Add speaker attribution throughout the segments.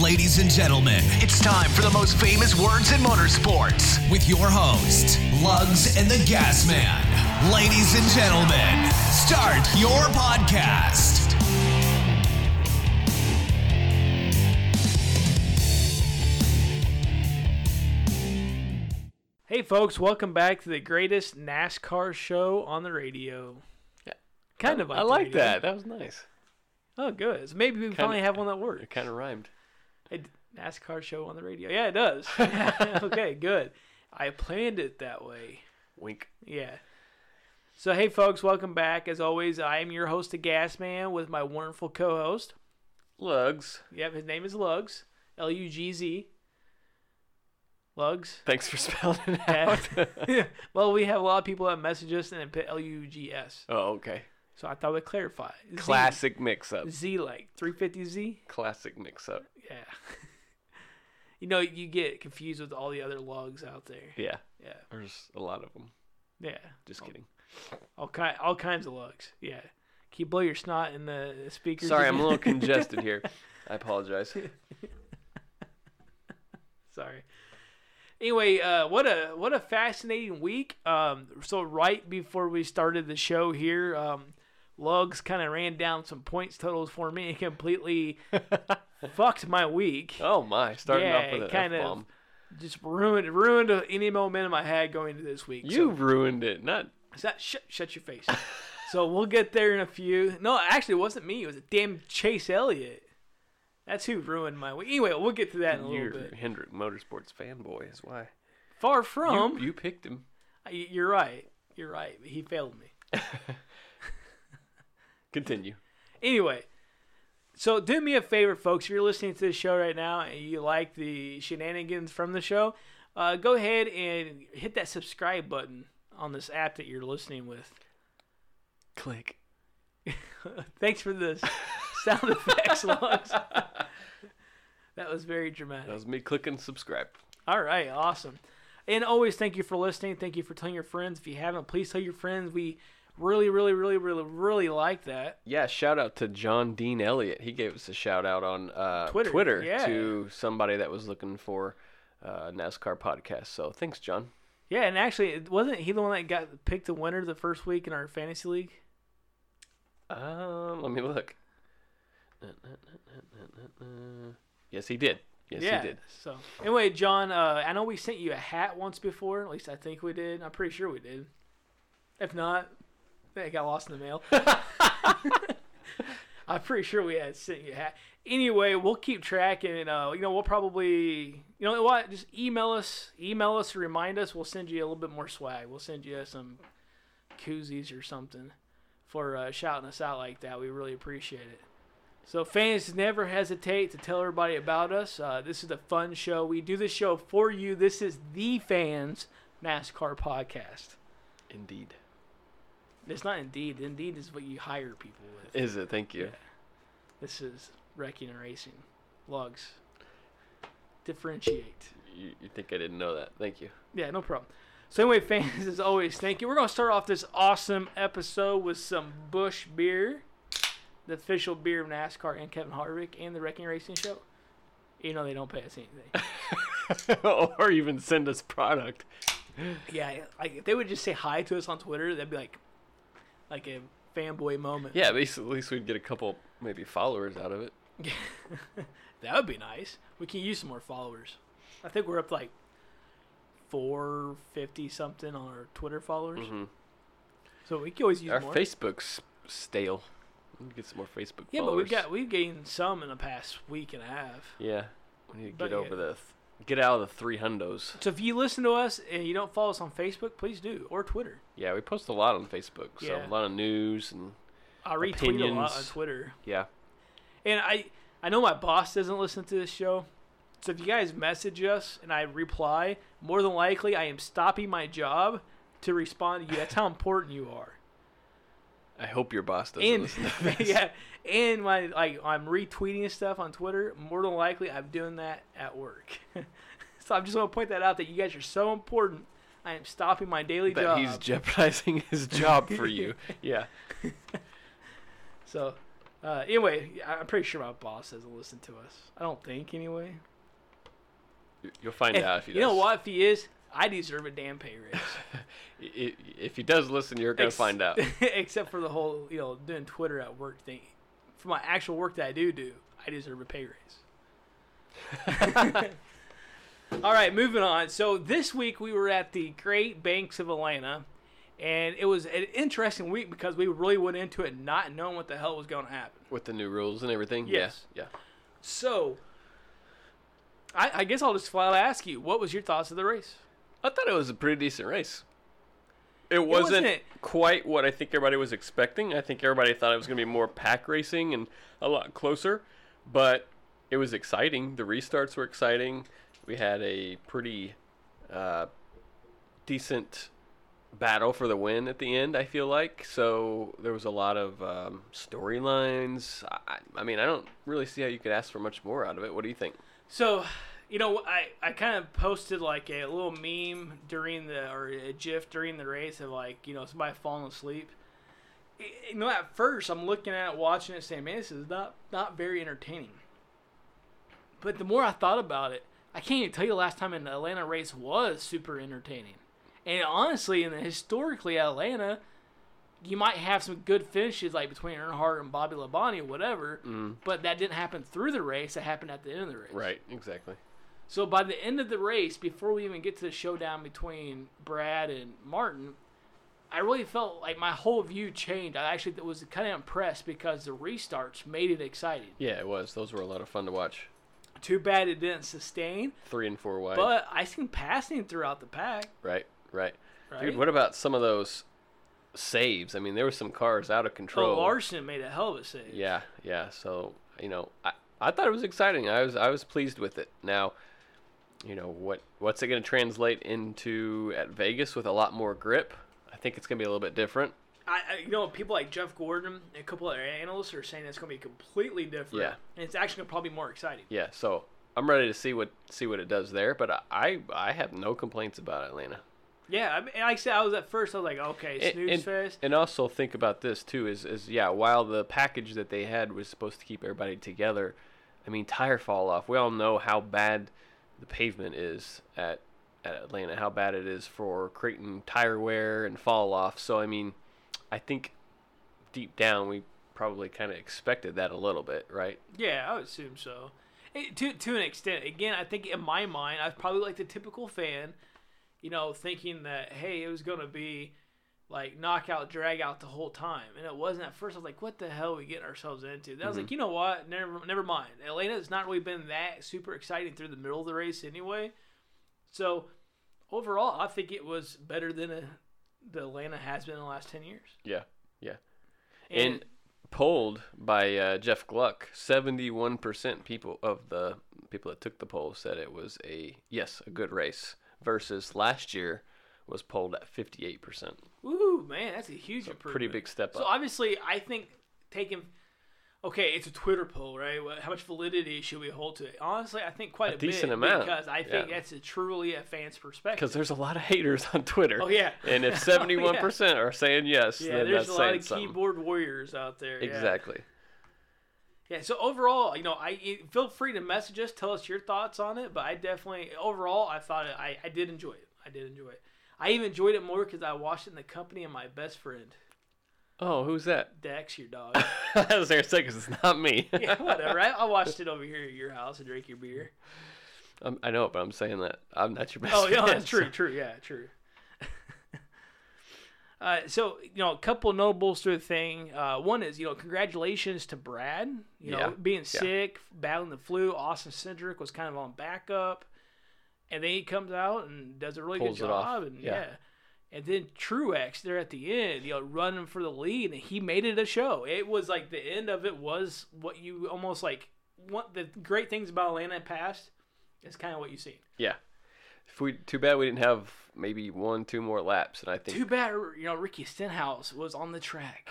Speaker 1: ladies and gentlemen, it's time for the most famous words in motorsports with your host, Lugs and the Gas Man. Ladies and gentlemen, start your podcast.
Speaker 2: Hey, folks, welcome back to the greatest NASCAR show on the radio.
Speaker 3: Yeah.
Speaker 2: Kind of.
Speaker 3: I
Speaker 2: the
Speaker 3: like
Speaker 2: radio.
Speaker 3: that. That was nice.
Speaker 2: Oh, good. So maybe we finally have one that works.
Speaker 3: It kind of rhymed.
Speaker 2: Hey, NASCAR show on the radio. Yeah, it does. okay, good. I planned it that way.
Speaker 3: Wink.
Speaker 2: Yeah. So, hey, folks, welcome back. As always, I am your host, the Gas Man, with my wonderful co host.
Speaker 3: Lugs.
Speaker 2: Yep, his name is Lugs. L U G Z. Lugs.
Speaker 3: Thanks for spelling it
Speaker 2: Yeah.
Speaker 3: out.
Speaker 2: well, we have a lot of people that message us and they put L U G S.
Speaker 3: oh, okay.
Speaker 2: So I thought we'd clarify. Z-
Speaker 3: Classic mix up.
Speaker 2: Z like 350Z?
Speaker 3: Classic mix up.
Speaker 2: Yeah. you know, you get confused with all the other lugs out there.
Speaker 3: Yeah.
Speaker 2: Yeah. Oh.
Speaker 3: There's a lot of them.
Speaker 2: Yeah.
Speaker 3: Just kidding.
Speaker 2: All ki- all kinds of lugs. Yeah. Can you blow your snot in the speakers?
Speaker 3: Sorry, I'm
Speaker 2: again?
Speaker 3: a little congested here. I apologize.
Speaker 2: Sorry. Anyway, uh, what a what a fascinating week. Um, so right before we started the show here, um, Lugs kind of ran down some points totals for me and completely fucked my week.
Speaker 3: Oh my! Starting
Speaker 2: Yeah,
Speaker 3: off with an
Speaker 2: kind of.
Speaker 3: F-bomb.
Speaker 2: Just ruined ruined any momentum I had going into this week.
Speaker 3: You ruined it. Not.
Speaker 2: So, so- shut shut your face. so we'll get there in a few. No, actually, it wasn't me. It was a damn Chase Elliott. That's who ruined my week. Anyway, we'll get to that in a
Speaker 3: You're
Speaker 2: little bit.
Speaker 3: Hendrick Motorsports fanboy. Is why.
Speaker 2: Far from.
Speaker 3: You, you picked him.
Speaker 2: I- You're right. You're right. He failed me.
Speaker 3: Continue.
Speaker 2: Anyway, so do me a favor, folks. If you're listening to this show right now and you like the shenanigans from the show, uh, go ahead and hit that subscribe button on this app that you're listening with.
Speaker 3: Click.
Speaker 2: Thanks for the s- sound effects, Lux. That was very dramatic.
Speaker 3: That was me clicking subscribe.
Speaker 2: All right, awesome. And always thank you for listening. Thank you for telling your friends. If you haven't, please tell your friends. We really, really, really, really, really like that.
Speaker 3: Yeah, shout out to John Dean Elliott. He gave us a shout out on uh,
Speaker 2: Twitter,
Speaker 3: Twitter,
Speaker 2: yeah.
Speaker 3: to somebody that was looking for uh, NASCAR podcast. So thanks, John.
Speaker 2: Yeah, and actually, it wasn't he the one that got picked the winner the first week in our fantasy league?
Speaker 3: Um, let me look. Yes, he did. Yes,
Speaker 2: yeah.
Speaker 3: he did.
Speaker 2: So anyway, John, uh, I know we sent you a hat once before. At least I think we did. I'm pretty sure we did. If not, it got lost in the mail. I'm pretty sure we had sent you a hat. Anyway, we'll keep track and uh, you know we'll probably you know what just email us email us to remind us. We'll send you a little bit more swag. We'll send you some koozies or something for uh, shouting us out like that. We really appreciate it. So fans never hesitate to tell everybody about us. Uh, this is a fun show. We do this show for you. This is the fans NASCAR podcast.
Speaker 3: Indeed.
Speaker 2: It's not Indeed. Indeed is what you hire people with.
Speaker 3: Is it? Thank you.
Speaker 2: This is wrecking and racing. Logs. Differentiate.
Speaker 3: You, you think I didn't know that? Thank you.
Speaker 2: Yeah, no problem. So anyway, fans, as always, thank you. We're gonna start off this awesome episode with some Bush beer, the official beer of NASCAR and Kevin Harvick and the Wrecking Racing Show. You know they don't pay us anything.
Speaker 3: or even send us product.
Speaker 2: Yeah, like if they would just say hi to us on Twitter, that'd be like, like a fanboy moment.
Speaker 3: Yeah, basically, at least we'd get a couple maybe followers out of it.
Speaker 2: that would be nice. We can use some more followers. I think we're up to like four fifty something on our Twitter followers. So we can always use
Speaker 3: Mm-hmm.
Speaker 2: more.
Speaker 3: Our Facebook's stale. We need to get some more Facebook
Speaker 2: yeah, but
Speaker 3: followers.
Speaker 2: we've got we've gained some in the past week and a half.
Speaker 3: Yeah, we need to
Speaker 2: But
Speaker 3: get
Speaker 2: yeah.
Speaker 3: over the th- get out of the three hundos.
Speaker 2: So if you listen to us and you don't follow us on Facebook, please do or Twitter.
Speaker 3: Yeah, we post a lot on Facebook, so
Speaker 2: Yeah.
Speaker 3: a lot of news and
Speaker 2: I retweet a lot on
Speaker 3: Opinions.
Speaker 2: Twitter.
Speaker 3: yeah,
Speaker 2: And I I know my boss doesn't listen to this show. So if you guys message us and I reply, more than likely I am stopping my job to respond to you. That's how important you are.
Speaker 3: I hope your boss doesn't
Speaker 2: And
Speaker 3: listen. To this.
Speaker 2: yeah, and my like I'm retweeting stuff on Twitter. More than likely I'm doing that at work. so I'm just gonna point that out that you guys are so important. I am stopping my daily
Speaker 3: that
Speaker 2: job.
Speaker 3: he's jeopardizing his job for you. yeah,
Speaker 2: So Uh, anyway, I- I'm pretty sure my boss doesn't listen to us. I don't think anyway.
Speaker 3: You- You'll find
Speaker 2: If-
Speaker 3: out if he
Speaker 2: you
Speaker 3: does.
Speaker 2: know what? If he is, I deserve a damn pay raise.
Speaker 3: I- i- If he does listen, you're gonna
Speaker 2: Ex-
Speaker 3: find out.
Speaker 2: Except for the whole, you know, doing Twitter at work thing. For my actual work that I do do, I deserve a pay raise. All right, moving on. So this week we were at the Great Banks of Atlanta, and it was an interesting week because we really went into it not knowing what the hell was going to happen.
Speaker 3: With the new rules and everything.
Speaker 2: Yes.
Speaker 3: Yeah.
Speaker 2: So, I, I guess I'll just flat ask you, what was your thoughts of the race?
Speaker 3: yeah. I thought it was a pretty decent race. It wasn't
Speaker 2: wasn't-
Speaker 3: quite what I think everybody was expecting. I think everybody thought it was gonna be more pack racing and a lot closer, but it was exciting. The restarts were exciting. We had a pretty uh, decent battle for the win at the end. I feel like so there was a lot of um, storylines. I, I- I mean, I don't really see how you could ask for much more out of it. What do you think?
Speaker 2: So, you know, I, I kind of posted like a little meme during the, or a gif during the race of like, you know, somebody falling asleep. Y- You know, at first I'm looking at it, watching it, saying, man, this is not, not very entertaining. But the more I thought about it, I can't even tell you the last time an Atlanta race was super entertaining. And honestly, and historically, Atlanta, you might have some good finishes like between Earnhardt and Bobby Labonte or whatever, but that didn't happen through the race. It happened at the end of the race.
Speaker 3: Right. Exactly.
Speaker 2: So by the end of the race, before we even get to the showdown between Brad and Martin, I really felt like my whole view changed. I actually was kind of impressed because the restarts made it exciting.
Speaker 3: Yeah, it was. Those were a lot of fun to watch.
Speaker 2: Too bad it didn't sustain,
Speaker 3: Three and four wide.
Speaker 2: but I seen passing throughout the pack.
Speaker 3: right, right,
Speaker 2: Right?
Speaker 3: Dude, what about some of those saves? I mean, there were some cars out of
Speaker 2: Oh,
Speaker 3: control.
Speaker 2: Larson made a hell of a save.
Speaker 3: Yeah, yeah. So you know, I, I thought it was exciting. I was I was pleased with it. Now, you know what what's it going to translate into at Vegas with a lot more grip? I think it's going to be a little bit different.
Speaker 2: I, I, you know, people like Jeff Gordon and a couple other analysts are saying it's going to be completely different.
Speaker 3: Yeah.
Speaker 2: And it's actually going to probably be more exciting.
Speaker 3: Yeah. So I'm ready to see what see what it does there. But I I have no complaints about Atlanta.
Speaker 2: Yeah. I mean, like I said, I was at first, I was like, okay,
Speaker 3: And-
Speaker 2: snooze
Speaker 3: and,
Speaker 2: fest.
Speaker 3: and also think about this too is is yeah, while the package that they had was supposed to keep everybody together, I mean tire fall off. We all know how bad the pavement is at at Atlanta, how bad it is for creating tire wear and fall off. So I mean, I think deep down we probably kind of expected that a little bit, right?
Speaker 2: Yeah, I would assume so. It, to to an extent. Again, I think in my mind, I was probably like the typical fan, you know, thinking that hey, it was gonna be like knockout, drag out the whole time, and it wasn't at first. I was like, what the hell are we getting ourselves into? Then I was
Speaker 3: Mm-hmm.
Speaker 2: like, you know what? Never never mind. Atlanta's not really been that super exciting through the middle of the race anyway. So overall, I think it was better than a, the Atlanta has been in the last ten years.
Speaker 3: Yeah. Yeah. and polled by uh, Jeff Gluck, seventy-one percent people of the people that took the poll said it was a yes, a good race. Versus last year was polled at fifty-eight percent.
Speaker 2: Ooh, man, that's a huge improvement.
Speaker 3: Pretty big step
Speaker 2: So
Speaker 3: up.
Speaker 2: obviously, I think taking okay, it's a Twitter poll, right? Well, How much validity should we hold to it? Honestly, I think quite a,
Speaker 3: decent
Speaker 2: bit
Speaker 3: amount,
Speaker 2: because I think
Speaker 3: yeah.
Speaker 2: that's a truly a fan's
Speaker 3: Because
Speaker 2: perspective.
Speaker 3: there's a lot of haters on Twitter.
Speaker 2: Oh, yeah.
Speaker 3: And if seventy-one percent are saying yes,
Speaker 2: Yeah,
Speaker 3: then
Speaker 2: there's
Speaker 3: that's
Speaker 2: a lot
Speaker 3: saying
Speaker 2: of
Speaker 3: something.
Speaker 2: keyboard warriors out there. yeah.
Speaker 3: Exactly.
Speaker 2: Yeah. So overall, you know, I you- feel free to message us, tell us your thoughts on it. But I definitely overall, I thought it, I I did enjoy it. I did enjoy it. I even enjoyed it more because I watched it in the company of my best friend
Speaker 3: Oh, who's that?
Speaker 2: Dex, your dog.
Speaker 3: I was there a second. It's not me.
Speaker 2: yeah, whatever. I, I watched it over here at your house and drank your beer.
Speaker 3: Um, I know, but I'm saying that I'm not your best.
Speaker 2: Oh yeah,
Speaker 3: friend,
Speaker 2: that's true. True, yeah, true. uh, so you know, a couple notables through the thing. Uh, one is you know, congratulations to Brad. You know,
Speaker 3: Yeah,
Speaker 2: being
Speaker 3: yeah.
Speaker 2: sick, battling the flu. Austin Cedric was kind of on backup, and then he comes out and does a really
Speaker 3: Pulls
Speaker 2: good
Speaker 3: it off,
Speaker 2: job. And yeah.
Speaker 3: yeah.
Speaker 2: And then Truex there at the end, you know, running for the lead, and he made it a show. It was like the end of it was what you almost like. What the great things about Atlanta past is kind of what you see.
Speaker 3: Yeah. If we too bad we didn't have maybe one, two more laps, and I think
Speaker 2: Too bad, you know, Ricky Stenhouse was on the track.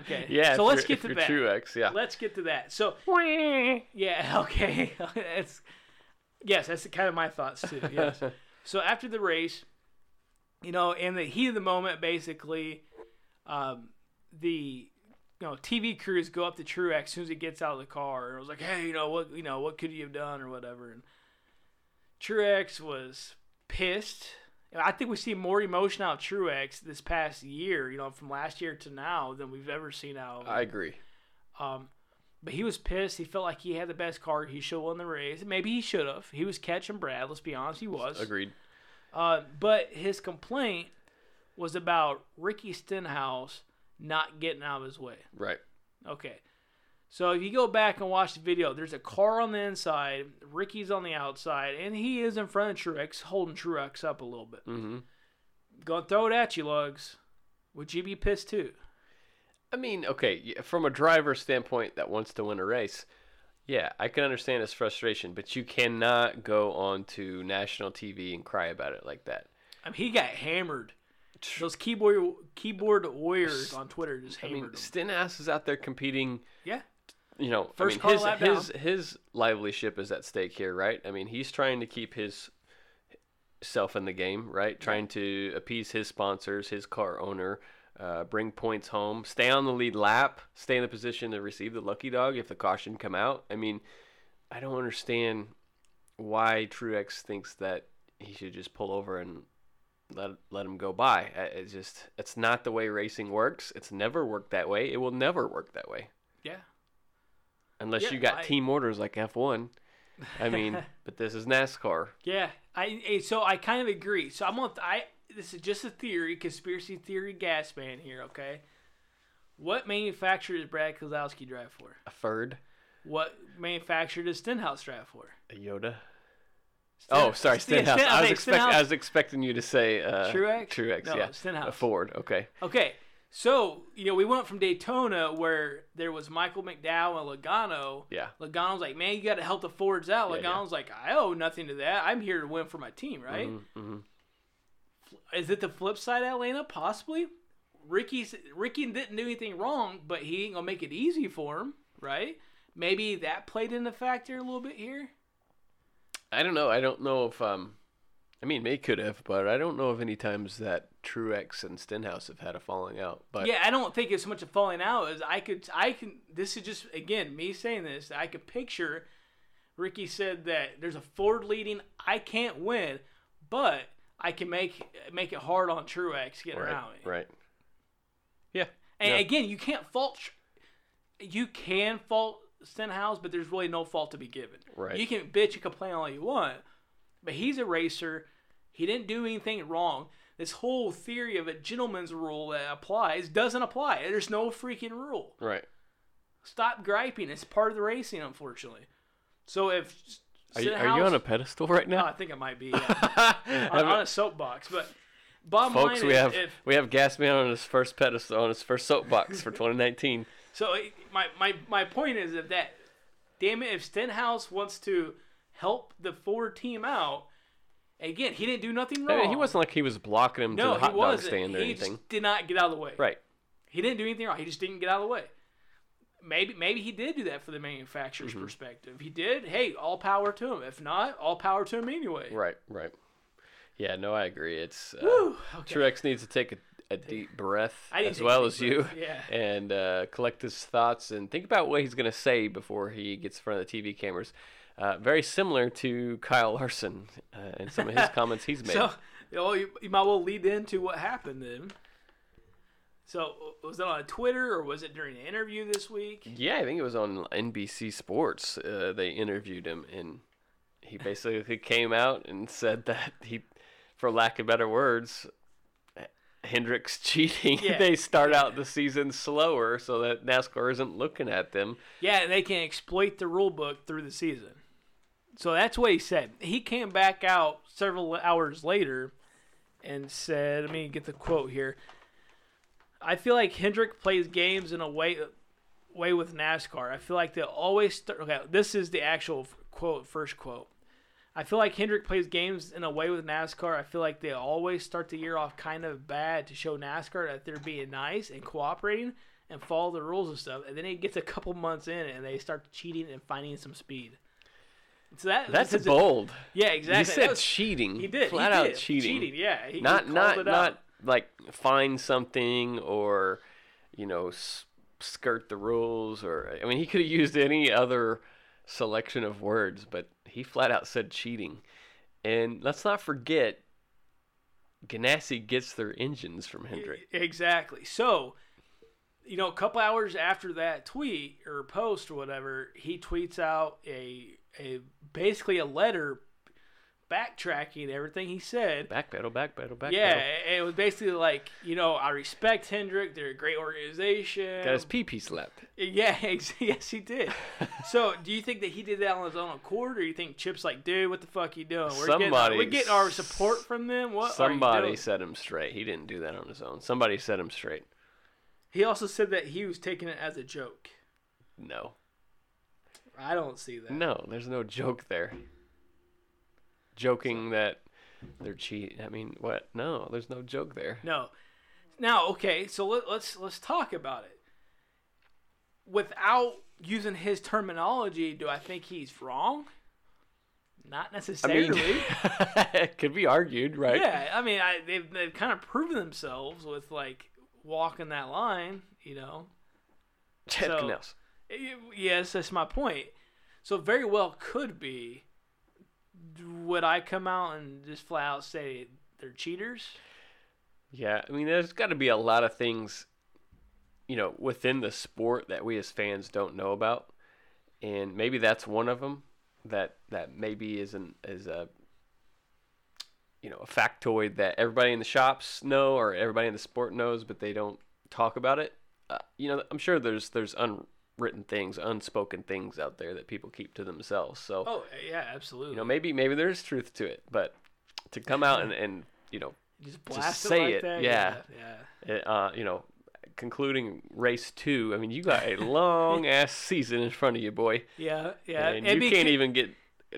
Speaker 2: Okay.
Speaker 3: Yeah.
Speaker 2: So
Speaker 3: if
Speaker 2: let's
Speaker 3: you're-
Speaker 2: get
Speaker 3: if
Speaker 2: to
Speaker 3: you're
Speaker 2: that.
Speaker 3: Truex, yeah.
Speaker 2: Let's get to that. So, yeah, okay. that's, yes, that's kind of my thoughts too. Yes. so after the race, you know, in the heat of the moment, basically, um, the you know, TV crews go up to Truex as soon as he gets out of the car. And it was like, hey, you know what, you know what could you have done or whatever. And Truex was pissed. And I think we see more emotion out of Truex this past year, you know, from last year to now than we've ever seen out. Of him.
Speaker 3: I agree.
Speaker 2: But he was pissed. He felt like he had the best car. He should have won the race. Maybe he should have. He was catching Brad. Let's be honest, he was.
Speaker 3: Agreed.
Speaker 2: Uh, but his complaint was about Ricky Stenhouse not getting out of his way.
Speaker 3: Right.
Speaker 2: Okay. So if you go back and watch the video, there's a car on the inside, Ricky's on the outside, and he is in front of Truex, holding Truex up a little bit.
Speaker 3: Mm-hmm.
Speaker 2: Gonna throw it at you, Lugs. Would you be pissed too?
Speaker 3: I mean, okay, y- from a driver's standpoint that wants to win a race, yeah, I can understand his frustration, but you cannot go on to national TV and cry about it like that.
Speaker 2: I mean, he got hammered. Those keyboard keyboard warriors on Twitter just
Speaker 3: I
Speaker 2: hammered
Speaker 3: mean,
Speaker 2: him.
Speaker 3: Stenhouse is out there competing.
Speaker 2: yeah.
Speaker 3: You know,
Speaker 2: First
Speaker 3: I
Speaker 2: car
Speaker 3: mean, his
Speaker 2: lap down.
Speaker 3: his his livelihood is at stake here, right? I mean, he's trying to keep his self in the game, right? Trying to appease his sponsors, his car owner, uh, bring points home, stay on the lead lap, stay in the position to receive the lucky dog if the caution come out. I mean, I don't understand why Truex thinks that he should just pull over and let let him go by. I- It's just it's not the way racing works. It's never worked that way. It will never work that way
Speaker 2: Yeah.
Speaker 3: unless
Speaker 2: Yeah,
Speaker 3: you got
Speaker 2: I-
Speaker 3: team orders like F1. I mean, but this is NASCAR.
Speaker 2: Yeah, I eh, so I kind of agree. So I'm gonna I this is just a theory, conspiracy theory, gas man here. Okay, what manufacturer does Brad Kozlowski drive for?
Speaker 3: A third,
Speaker 2: What manufacturer does Stenhouse drive for?
Speaker 3: a Yoda. oh, sorry,
Speaker 2: Sten-
Speaker 3: Stenhouse. I was
Speaker 2: think
Speaker 3: expect,
Speaker 2: Stenhouse.
Speaker 3: I was expecting you to say uh,
Speaker 2: Truex?
Speaker 3: Truex,
Speaker 2: No,
Speaker 3: yeah, a
Speaker 2: Stenhouse.
Speaker 3: Ford. Okay,
Speaker 2: Okay, so you know we went from Daytona where there was Michael McDowell and Logano.
Speaker 3: yeah,
Speaker 2: Logano's like, man, you got to help the Fords out.
Speaker 3: Yeah, yeah.
Speaker 2: Logano's like, I owe nothing to that. I'm here to win for my team, right?
Speaker 3: Mm, mm-hmm.
Speaker 2: Is it the flip side, Atlanta? Possibly. Ricky's Ricky didn't do anything wrong, but he ain't gonna make it easy for him, right? Maybe that played in the factor a little bit here.
Speaker 3: I don't know. I don't know if um, I mean, they could have, but I don't know of any times that Truex and Stenhouse have had a falling out. But
Speaker 2: Yeah, I don't think it's so much a falling out as I could. I can. This is just again me saying this. I could picture. Ricky said that there's a Ford leading. I can't win, but I can make make it hard on Truex getting
Speaker 3: right,
Speaker 2: around me.
Speaker 3: right, yeah,
Speaker 2: And
Speaker 3: yeah.
Speaker 2: again, you can't fault. Tr- You can fault Stenhouse, but there's really no fault to be given.
Speaker 3: Right.
Speaker 2: You can bitch and complain all you want, but he's a racer. He didn't do anything wrong. This whole theory of a gentleman's rule that applies doesn't apply. There's no freaking rule.
Speaker 3: right.
Speaker 2: Stop griping. It's part of the racing, unfortunately. So if
Speaker 3: Are you, are you on a pedestal right
Speaker 2: Oh, I
Speaker 3: now,
Speaker 2: think I might be yeah. on, on a soapbox, but bottom
Speaker 3: folks?
Speaker 2: line
Speaker 3: We
Speaker 2: is
Speaker 3: have
Speaker 2: if
Speaker 3: we have Gasman on his first pedestal on his first soapbox for 2019.
Speaker 2: So it- my, my my point is if that damn it, if Stenhouse wants to help the Ford team out, again he didn't do nothing
Speaker 3: I
Speaker 2: wrong.
Speaker 3: mean, he wasn't like he was blocking him to
Speaker 2: no,
Speaker 3: the
Speaker 2: he
Speaker 3: hot dog
Speaker 2: wasn't.
Speaker 3: stand or
Speaker 2: he
Speaker 3: anything.
Speaker 2: just did not get out of the way.
Speaker 3: Right.
Speaker 2: He didn't do anything wrong. He just didn't get out of the way. Maybe maybe he did do that for the manufacturer's
Speaker 3: Mm-hmm.
Speaker 2: perspective. If he did, hey, all power to him. If not, all power to him anyway.
Speaker 3: Right. Right. Yeah. No, I agree. It's uh,
Speaker 2: Whew, okay.
Speaker 3: Truex needs to take a, a deep breath
Speaker 2: I need to
Speaker 3: as
Speaker 2: take a
Speaker 3: well
Speaker 2: deep
Speaker 3: as you,
Speaker 2: breath, yeah.
Speaker 3: and uh, collect his thoughts and think about what he's going to say before he gets in front of the TV cameras. Uh, very similar to Kyle Larson uh, and some of his comments he's made.
Speaker 2: So, you, know, you, you might well lead into what happened then. So, was that on Twitter or was it during an interview this week?
Speaker 3: Yeah, I think it was on NBC Sports. Uh, they interviewed him, and he basically came out and said that he, for lack of better words, Hendricks cheating.
Speaker 2: Yeah.
Speaker 3: they start out the season slower so that NASCAR isn't looking at them.
Speaker 2: Yeah, and they can exploit the rule book through the season. So that's what he said. He came back out several hours later and said, let me get the quote here. I feel like Hendrick plays games in a way way with NASCAR. I feel like they always start okay, this is the actual f- quote, first quote. I feel like Hendrick plays games in a way with NASCAR. I feel like they always start the year off kind of bad to show NASCAR that they're being nice and cooperating and follow the rules and stuff. And then it gets a couple months in and they start cheating and finding some speed. So that
Speaker 3: That's
Speaker 2: this is-
Speaker 3: bold.
Speaker 2: Yeah, exactly.
Speaker 3: He
Speaker 2: That
Speaker 3: said
Speaker 2: was-
Speaker 3: cheating.
Speaker 2: he did.
Speaker 3: Mm-hmm. Flat
Speaker 2: he
Speaker 3: out
Speaker 2: did.
Speaker 3: cheating.
Speaker 2: yeah. He, he
Speaker 3: Not
Speaker 2: called
Speaker 3: not
Speaker 2: it out.
Speaker 3: not like find something or you know s- skirt the rules or I mean he could have used any other selection of words, but he flat out said cheating. And let's not forget Ganassi gets their engines from Hendrick.
Speaker 2: Exactly. So, you know, a couple hours after that tweet or post or whatever, he tweets out a a basically a letter backtracking everything he said.
Speaker 3: Backpedal, backpedal, backpedal.
Speaker 2: Yeah, it, it was basically like, you know, I respect Hendrick. They're a great organization.
Speaker 3: Got his pee pee slapped.
Speaker 2: Yeah, ex- yes, he did. so, do you think that he did that on his own accord, or you think Chip's like, dude, what the fuck you doing? We're
Speaker 3: Somebody-
Speaker 2: getting, we're getting our support from them. What? are you
Speaker 3: Somebody
Speaker 2: doing?"
Speaker 3: set him straight. He didn't do that on his own. Somebody set him straight.
Speaker 2: He also said that he was taking it as a joke.
Speaker 3: No.
Speaker 2: I don't see that.
Speaker 3: No, there's no joke there. Joking that they're cheating. I mean, what? No, there's no joke there.
Speaker 2: No. Now, okay, so let, let's let's talk about it. Without using his terminology, do I think he's wrong? Not
Speaker 3: I
Speaker 2: necessarily.
Speaker 3: mean, it could be argued, right?
Speaker 2: yeah, I mean, I, they've they've kind of proven themselves with like walking that line, you know.
Speaker 3: Chad
Speaker 2: So-
Speaker 3: Knaus.
Speaker 2: Y- Yes, that's my point. So very well could be. Would I come out and just flat out say they're cheaters?
Speaker 3: Yeah, I mean, there's got to be a lot of things, you know, within the sport that we as fans don't know about, and maybe that's one of them that that maybe isn't is a you know a factoid that everybody in the shops know or everybody in the sport knows, but they don't talk about it. Uh, you know, I'm sure there's there's unwritten things, unspoken things out there that people keep to themselves. So
Speaker 2: Oh yeah, absolutely.
Speaker 3: you know, maybe maybe there's truth to it, but to come out and and you know
Speaker 2: just blast
Speaker 3: say
Speaker 2: it like
Speaker 3: it,
Speaker 2: that.
Speaker 3: yeah.
Speaker 2: yeah.
Speaker 3: it, uh, you know, concluding race two. I mean, you got a long ass season in front of you, boy,
Speaker 2: Yeah, yeah.
Speaker 3: and
Speaker 2: Uh, It'd
Speaker 3: you
Speaker 2: be
Speaker 3: can't
Speaker 2: ki-
Speaker 3: even get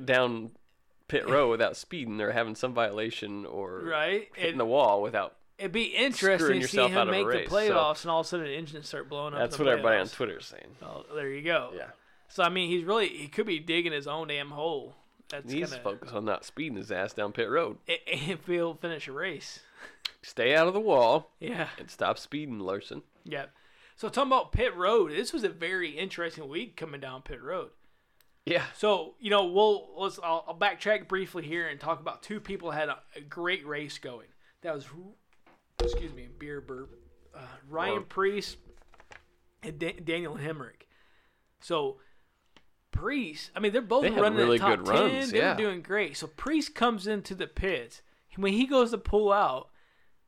Speaker 3: down pit row without speeding or having some violation or
Speaker 2: right.
Speaker 3: hitting
Speaker 2: It,
Speaker 3: the wall without.
Speaker 2: it'd be interesting to see
Speaker 3: yourself
Speaker 2: him
Speaker 3: out of a
Speaker 2: make
Speaker 3: race,
Speaker 2: the
Speaker 3: so-
Speaker 2: playoffs, and all of a sudden the engines start blowing up. in
Speaker 3: That's
Speaker 2: the
Speaker 3: what everybody on
Speaker 2: playoffs.
Speaker 3: Twitter is saying.
Speaker 2: Oh, there you go.
Speaker 3: Yeah.
Speaker 2: So I mean, he's really he could be digging his own damn hole. That's
Speaker 3: He's
Speaker 2: gonna
Speaker 3: focused on not speeding his ass down pit road.
Speaker 2: a- if he'll finish a race.
Speaker 3: Stay out of the wall
Speaker 2: Yeah.
Speaker 3: and stop speeding, Larson.
Speaker 2: Yep. So talking about pit road, this was a very interesting week coming down pit road.
Speaker 3: Yeah.
Speaker 2: So you know, we'll let's I'll, I'll backtrack briefly here and talk about two people had a, a great race going. That was, excuse me, beer burp. Uh, Ryan
Speaker 3: Burp.
Speaker 2: Priest and da- Daniel Hemrick. So Priest, I mean, they're both
Speaker 3: They had
Speaker 2: running
Speaker 3: really
Speaker 2: the top
Speaker 3: good
Speaker 2: ten.
Speaker 3: runs,
Speaker 2: they
Speaker 3: yeah.
Speaker 2: were doing great. So Priest comes into the pits. When he goes to pull out,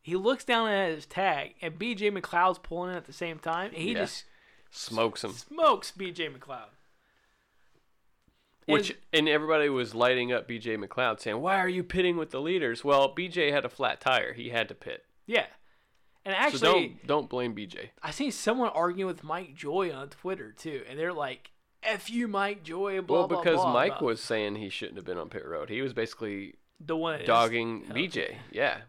Speaker 2: he looks down at his tag, and BJ McLeod's pulling in at the same time, and he
Speaker 3: Yeah.
Speaker 2: just
Speaker 3: Smokes him.
Speaker 2: smokes BJ McLeod.
Speaker 3: Which and everybody was lighting up BJ McLeod saying, "Why are you pitting with the leaders?" Well, BJ had a flat tire; he had to pit.
Speaker 2: Yeah. And actually,
Speaker 3: so don't don't blame BJ.
Speaker 2: I seen someone arguing with Mike Joy on Twitter too, and they're like, "F you, Mike Joy." Blah,
Speaker 3: well,
Speaker 2: blah,
Speaker 3: because
Speaker 2: blah,
Speaker 3: Mike
Speaker 2: blah.
Speaker 3: was saying he shouldn't have been on pit road. He was basically
Speaker 2: the one that-
Speaker 3: dogging BJ. Yeah.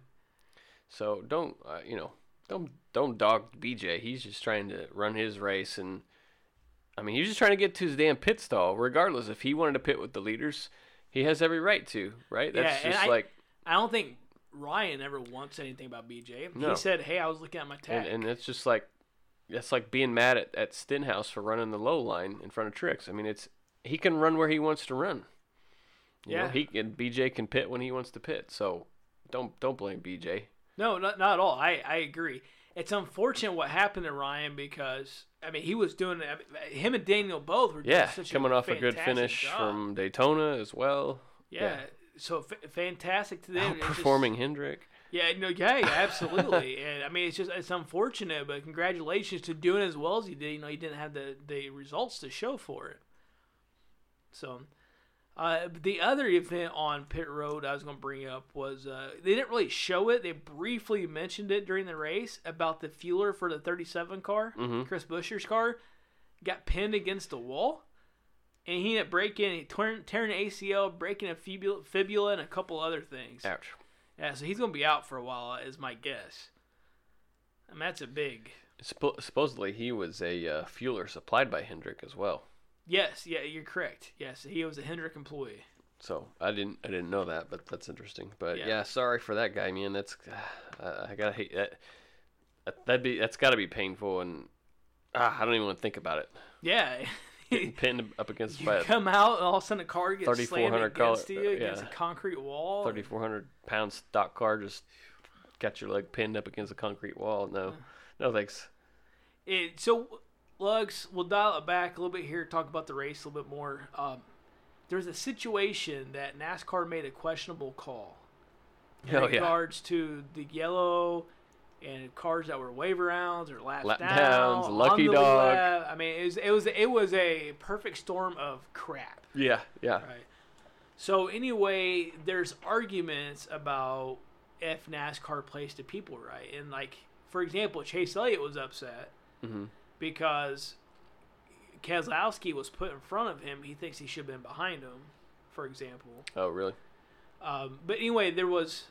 Speaker 3: So don't uh, you know don't don't dog BJ. He's just trying to run his race, and I mean he's just trying to get to his damn pit stall. Regardless, if he wanted to pit with the leaders, he has every right to. Right? That's
Speaker 2: and
Speaker 3: just
Speaker 2: I-
Speaker 3: like
Speaker 2: I don't think Ryan ever once said anything about BJ.
Speaker 3: No.
Speaker 2: He said, "Hey, I was looking at my tag."
Speaker 3: and, and it's just like that's like being mad at, at Stenhouse for running the low line in front of Tricks. I mean, it's he can run where he wants to run. You know,
Speaker 2: Yeah.
Speaker 3: he and BJ can pit when he wants to pit. So don't don't blame BJ.
Speaker 2: no, not, not at all. I, I agree. It's unfortunate what happened to Ryan because I mean he was doing I mean, him and Daniel both were doing
Speaker 3: Yeah,
Speaker 2: such
Speaker 3: coming
Speaker 2: a
Speaker 3: off a good
Speaker 2: fantastic
Speaker 3: finish
Speaker 2: job.
Speaker 3: from Daytona as well.
Speaker 2: yeah. So f- fantastic to them. It's just-
Speaker 3: Outperforming Hendrick.
Speaker 2: Yeah, no, yeah, yeah, absolutely. and I mean, it's just it's unfortunate, but congratulations to doing as well as he did. You know, he didn't have the the results to show for it. So, uh, the other event on pit road I was going to bring up was uh, they didn't really show it. They briefly mentioned it during the race about the fueler for the 37 car, Chris Buescher's car, got pinned against the wall. And he ended up breaking, tearing, tearing an ACL, breaking a fibula, fibula, and a couple other things.
Speaker 3: Ouch.
Speaker 2: Yeah, so he's gonna be out for a while, is my guess. I mean, that's a big.
Speaker 3: Suppo- supposedly he was a uh, fueler supplied by Hendrick as well.
Speaker 2: Yes, yeah, you're correct. Yes, he was a Hendrick employee.
Speaker 3: So I didn't I didn't know that, but that's interesting. But yeah,
Speaker 2: Yeah.
Speaker 3: sorry for that guy, man. uh, That's I I gotta hate that. That'd be that's gotta be painful, and Ah, I don't even want to think about it.
Speaker 2: Yeah.
Speaker 3: Getting pinned up against
Speaker 2: You
Speaker 3: by a
Speaker 2: come out, and all of a sudden a car gets slammed
Speaker 3: 3,400
Speaker 2: against
Speaker 3: color-
Speaker 2: you, against
Speaker 3: yeah.
Speaker 2: a concrete wall.
Speaker 3: 3,400 pound stock car just got your leg pinned up against a concrete wall. No, no thanks.
Speaker 2: It, so, Lux, we'll dial it back a little bit here, talk about the race a little bit more. Um, there's a situation that NASCAR made a questionable call in
Speaker 3: Oh, yeah.
Speaker 2: regards to the yellow and cars that were wave arounds or lap,
Speaker 3: Lap
Speaker 2: down,
Speaker 3: downs,
Speaker 2: on
Speaker 3: lucky
Speaker 2: the
Speaker 3: dog.
Speaker 2: lap. I mean, it was, it was it was a perfect storm of crap.
Speaker 3: Yeah, yeah.
Speaker 2: Right. So anyway, there's arguments about if NASCAR plays to people right, and like for example, Chase Elliott was upset
Speaker 3: Mm-hmm.
Speaker 2: because Keselowski was put in front of him. He thinks he should have been behind him, for example.
Speaker 3: Oh, really?
Speaker 2: Um, but anyway, there was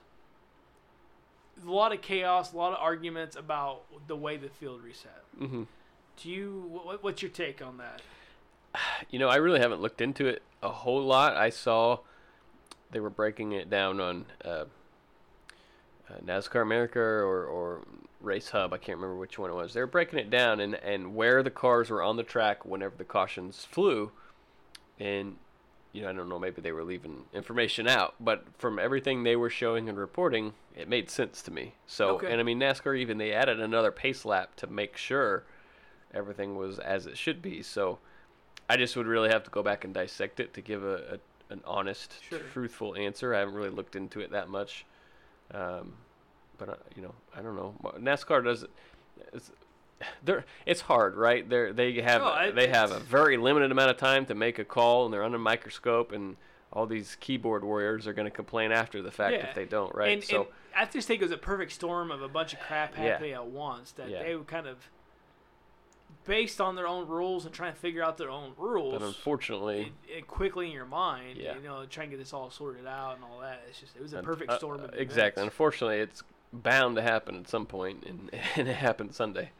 Speaker 2: a lot of chaos, a lot of arguments about the way the field reset. Mm-hmm. Do you? What, what's your take on that?
Speaker 3: You know, I really haven't looked into it a whole lot. I saw they were breaking it down on uh, uh, NASCAR America or, or Race Hub. I can't remember which one it was. They were breaking it down and, and where the cars were on the track whenever the cautions flew. And, you know, I don't know, maybe they were leaving information out, but from everything they were showing and reporting, it made sense to me. So,
Speaker 2: Okay.
Speaker 3: and I mean, NASCAR even, they added another pace lap to make sure everything was as it should be. So, I just would really have to go back and dissect it to give a, a an honest,
Speaker 2: Sure.
Speaker 3: truthful answer. I haven't really looked into it that much, um, but uh, you know, I don't know. NASCAR does. It's, they're, it's hard, right? They they have
Speaker 2: No, I-
Speaker 3: they have a
Speaker 2: it's-
Speaker 3: very limited amount of time to make a call, and they're under a microscope, and all these keyboard warriors are going to complain after the fact if they don't, right?
Speaker 2: And,
Speaker 3: so
Speaker 2: and I just think it was a perfect storm of a bunch of crap
Speaker 3: Yeah.
Speaker 2: happening at once that
Speaker 3: Yeah.
Speaker 2: they were kind of based on their own rules and trying to figure out their own rules
Speaker 3: but unfortunately,
Speaker 2: it- it quickly in your mind,
Speaker 3: Yeah.
Speaker 2: you know, trying to get this all sorted out and all that. It's just it was a
Speaker 3: Un-
Speaker 2: perfect
Speaker 3: uh,
Speaker 2: storm.
Speaker 3: uh,
Speaker 2: of
Speaker 3: exactly.
Speaker 2: events.
Speaker 3: Unfortunately, it's bound to happen at some point, and, and it happened Sunday.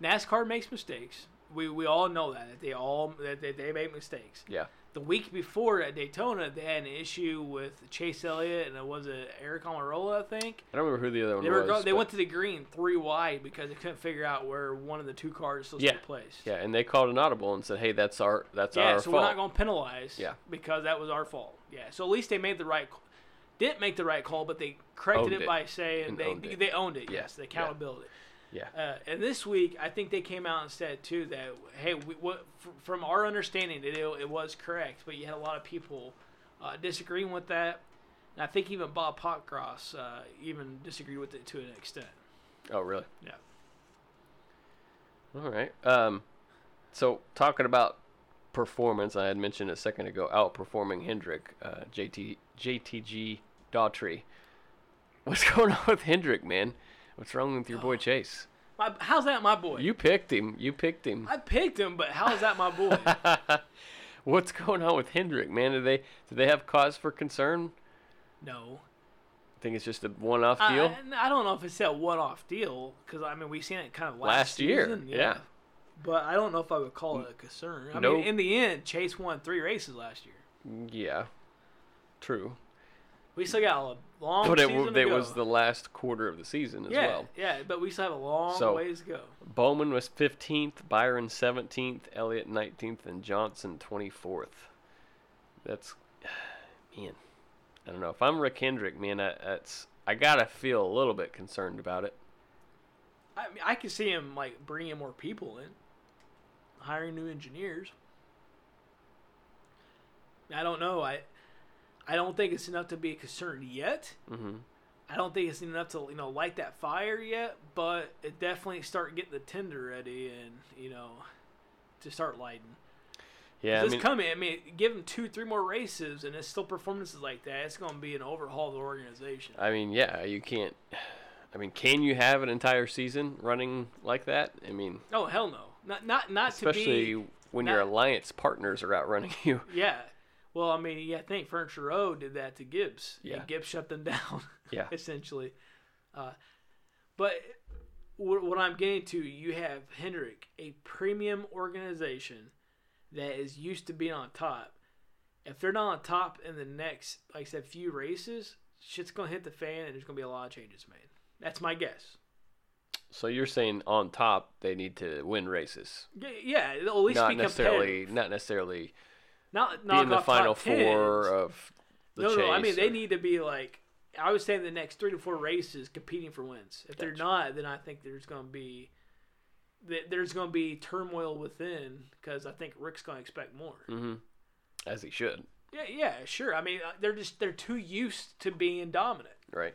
Speaker 2: NASCAR makes mistakes. We we all know that, that they all that they, they make mistakes.
Speaker 3: Yeah.
Speaker 2: The week before at Daytona, they had an issue with Chase Elliott and it was it Eric Almirola, I think.
Speaker 3: I don't remember who the other one
Speaker 2: They
Speaker 3: was.
Speaker 2: were go- they
Speaker 3: but-
Speaker 2: went to the green three wide because they couldn't figure out where one of the two cars was supposed
Speaker 3: yeah,
Speaker 2: to be placed.
Speaker 3: yeah, and they called an audible and said, "Hey, that's our that's
Speaker 2: Yeah,
Speaker 3: our
Speaker 2: so
Speaker 3: fault."
Speaker 2: we're not going to penalize.
Speaker 3: Yeah.
Speaker 2: Because that was our fault. Yeah. So at least they made the right, c- didn't make the right call, but they corrected
Speaker 3: Owned
Speaker 2: it,
Speaker 3: it
Speaker 2: by saying
Speaker 3: and
Speaker 2: they
Speaker 3: owned it.
Speaker 2: they owned it.
Speaker 3: Yeah,
Speaker 2: Yes, the
Speaker 3: yeah.
Speaker 2: accountability.
Speaker 3: yeah,
Speaker 2: Uh, and this week, I think they came out and said too that hey, we, what, fr- from our understanding, it it was correct, but you had a lot of people uh, disagreeing with that. And I think even Bob Potcross uh, even disagreed with it to an extent.
Speaker 3: oh really?
Speaker 2: Yeah.
Speaker 3: All right. Um, so talking about performance, I had mentioned a second ago, outperforming Hendrick, uh, JT JTG Daughtry. What's going on with Hendrick, man? What's wrong with your boy Chase?
Speaker 2: My, how's that my boy?
Speaker 3: You picked him. You picked him.
Speaker 2: I picked him, but how is that my boy?
Speaker 3: What's going on with Hendrick, man? Do they do they have cause for concern?
Speaker 2: no.
Speaker 3: I think it's just a one-off
Speaker 2: I-
Speaker 3: deal.
Speaker 2: I, I don't know if it's that one-off deal because I mean we seen it kind of last,
Speaker 3: Last year,
Speaker 2: season,
Speaker 3: yeah.
Speaker 2: But I don't know if I would call it a concern. I
Speaker 3: No.
Speaker 2: mean, in the end, Chase won three races last year.
Speaker 3: Yeah, true.
Speaker 2: We still got a long
Speaker 3: But it,
Speaker 2: season
Speaker 3: w-
Speaker 2: to
Speaker 3: it
Speaker 2: go.
Speaker 3: was the last quarter of the season as
Speaker 2: yeah,
Speaker 3: well.
Speaker 2: yeah. But we still have a long
Speaker 3: So-
Speaker 2: ways to go.
Speaker 3: Bowman was 15th, Byron 17th, Elliott 19th, and Johnson 24th. That's, man, I don't know. If I'm Rick Hendrick, man, I, that's I gotta feel a little bit concerned about it.
Speaker 2: I mean, I can see him like bringing more people in, hiring new engineers. I don't know. I I don't think it's enough to be concerned yet. Mm-hmm. I don't think it's enough to you know light that fire yet, but it definitely start getting the tinder ready and you know to start lighting.
Speaker 3: Yeah, I
Speaker 2: this
Speaker 3: mean,
Speaker 2: coming, I mean, give him two, three more races, and it's still performances like that. It's going to be an overhaul of the organization.
Speaker 3: I mean, yeah, you can't. I mean, can you have an entire season running like that? I mean,
Speaker 2: oh hell no, not not not
Speaker 3: especially
Speaker 2: to be
Speaker 3: when your
Speaker 2: not-
Speaker 3: alliance partners are outrunning you.
Speaker 2: Yeah. Well, I mean, yeah, I think Furniture Row did that to Gibbs.
Speaker 3: Yeah.
Speaker 2: And Gibbs shut them down,
Speaker 3: Yeah.
Speaker 2: essentially. Uh, but what, what I'm getting to, you have Hendrick, a premium organization that is used to being on top. If they're not on top in the next, like I said, few races, shit's going to hit the fan and there's going to be a lot of changes made. That's my guess.
Speaker 3: So you're saying on top they need to win races,
Speaker 2: Y- Yeah, it'll at least
Speaker 3: not
Speaker 2: be
Speaker 3: necessarily
Speaker 2: competitive.
Speaker 3: not necessarily
Speaker 2: Not
Speaker 3: be
Speaker 2: knock
Speaker 3: in the
Speaker 2: off
Speaker 3: final
Speaker 2: top
Speaker 3: four
Speaker 2: 10s.
Speaker 3: of the
Speaker 2: no,
Speaker 3: chase.
Speaker 2: no, I mean
Speaker 3: or-
Speaker 2: they need to be like I was saying the next three to four races competing for wins. If they're not, then I think there's going to be th- there's going to be turmoil within because I think Rick's going to expect more.
Speaker 3: Mm-hmm. as he should,
Speaker 2: Yeah, yeah, sure. I mean uh, they're just they're too used to being dominant.
Speaker 3: right?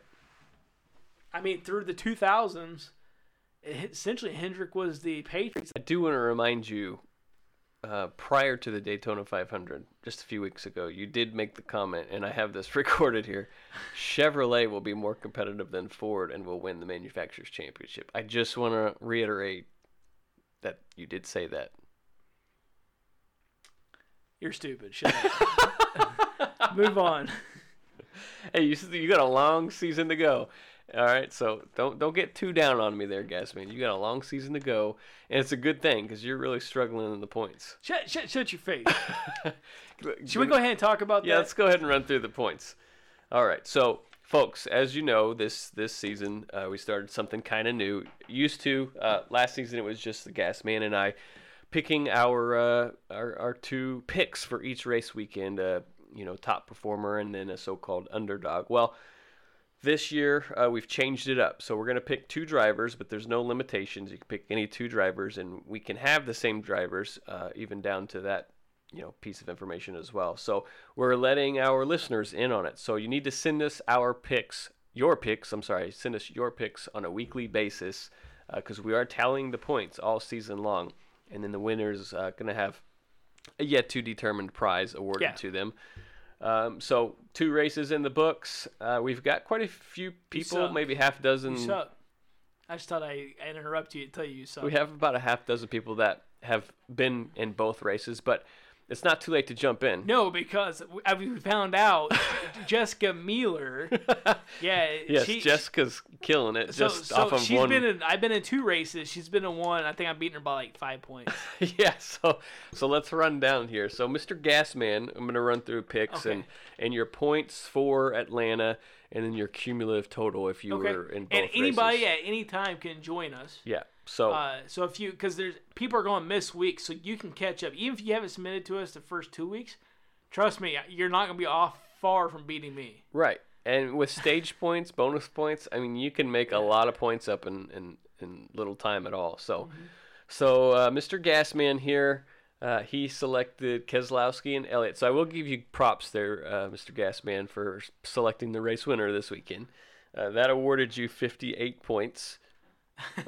Speaker 2: I mean through the 2000s, it- essentially Hendrick was the Patriots.
Speaker 3: I do want to remind you, uh, prior to the Daytona 500, just a few weeks ago, you did make the comment, and I have this recorded here. Chevrolet will be more competitive than Ford and will win the manufacturers championship. I just want to reiterate that you did say that.
Speaker 2: You're stupid. Shut up. Move on.
Speaker 3: Hey, you s- you got a long season to go. All right, so don't don't get too down on me there, Gasman. You got a long season to go, and it's a good thing because you're really struggling in the points.
Speaker 2: Shut, shut, shut your face. Should we go ahead and talk about
Speaker 3: Yeah,
Speaker 2: that?
Speaker 3: let's go ahead and run through the points. All right, so folks, as you know, this this season uh, we started something kind of new. Used to uh, last season, it was just the gas man and I picking our uh, our, our two picks for each race weekend. Uh, you know, top performer and then a so-called underdog. Well. This year, uh, we've changed it up. So we're going to pick two drivers, but there's no limitations. You can pick any two drivers, and we can have the same drivers, uh, even down to that you know piece of information as well. So we're letting our listeners in on it. So you need to send us our picks, your picks. I'm sorry, send us your picks on a weekly basis, because we are tallying the points all season long, and then the winners uh, going to have a yet to determined prize awarded
Speaker 2: Yeah.
Speaker 3: to them. Um, so two races in the books. Uh, we've got quite a few people,
Speaker 2: suck.
Speaker 3: maybe half dozen.
Speaker 2: What's up? I just thought I I'd interrupt you and tell you you suck.
Speaker 3: Mm. We have about a half dozen people that have been in both races, but it's not too late to jump in.
Speaker 2: No, because we- I- we found out Jessica Mueller. Yeah,
Speaker 3: Yes,
Speaker 2: she,
Speaker 3: Jessica's killing it
Speaker 2: so,
Speaker 3: just
Speaker 2: so
Speaker 3: off of
Speaker 2: she's
Speaker 3: one.
Speaker 2: been in. I've been in two races. She's been in one. I think I'm beating her by like five points.
Speaker 3: yeah, so so let's run down here. So Mr. Gasman, I'm gonna run through picks
Speaker 2: Okay.
Speaker 3: and and your points for Atlanta, and then your cumulative total if you
Speaker 2: Okay,
Speaker 3: were in both
Speaker 2: and anybody
Speaker 3: races.
Speaker 2: at any time can join us.
Speaker 3: Yeah. So
Speaker 2: Uh, so if you, because there's people are going to miss weeks, so you can catch up. Even if you haven't submitted to us the first two weeks, trust me, you're not going to be off far from beating me.
Speaker 3: right, and with stage points, bonus points, I mean you can make a lot of points up in in, in little time at all. So
Speaker 2: Mm-hmm.
Speaker 3: so uh, Mr. Gasman here. Uh, he selected Keselowski and Elliott. So I will give you props there, uh, Mr. Gasman, for selecting the race winner this weekend. Uh, that awarded you 58 points.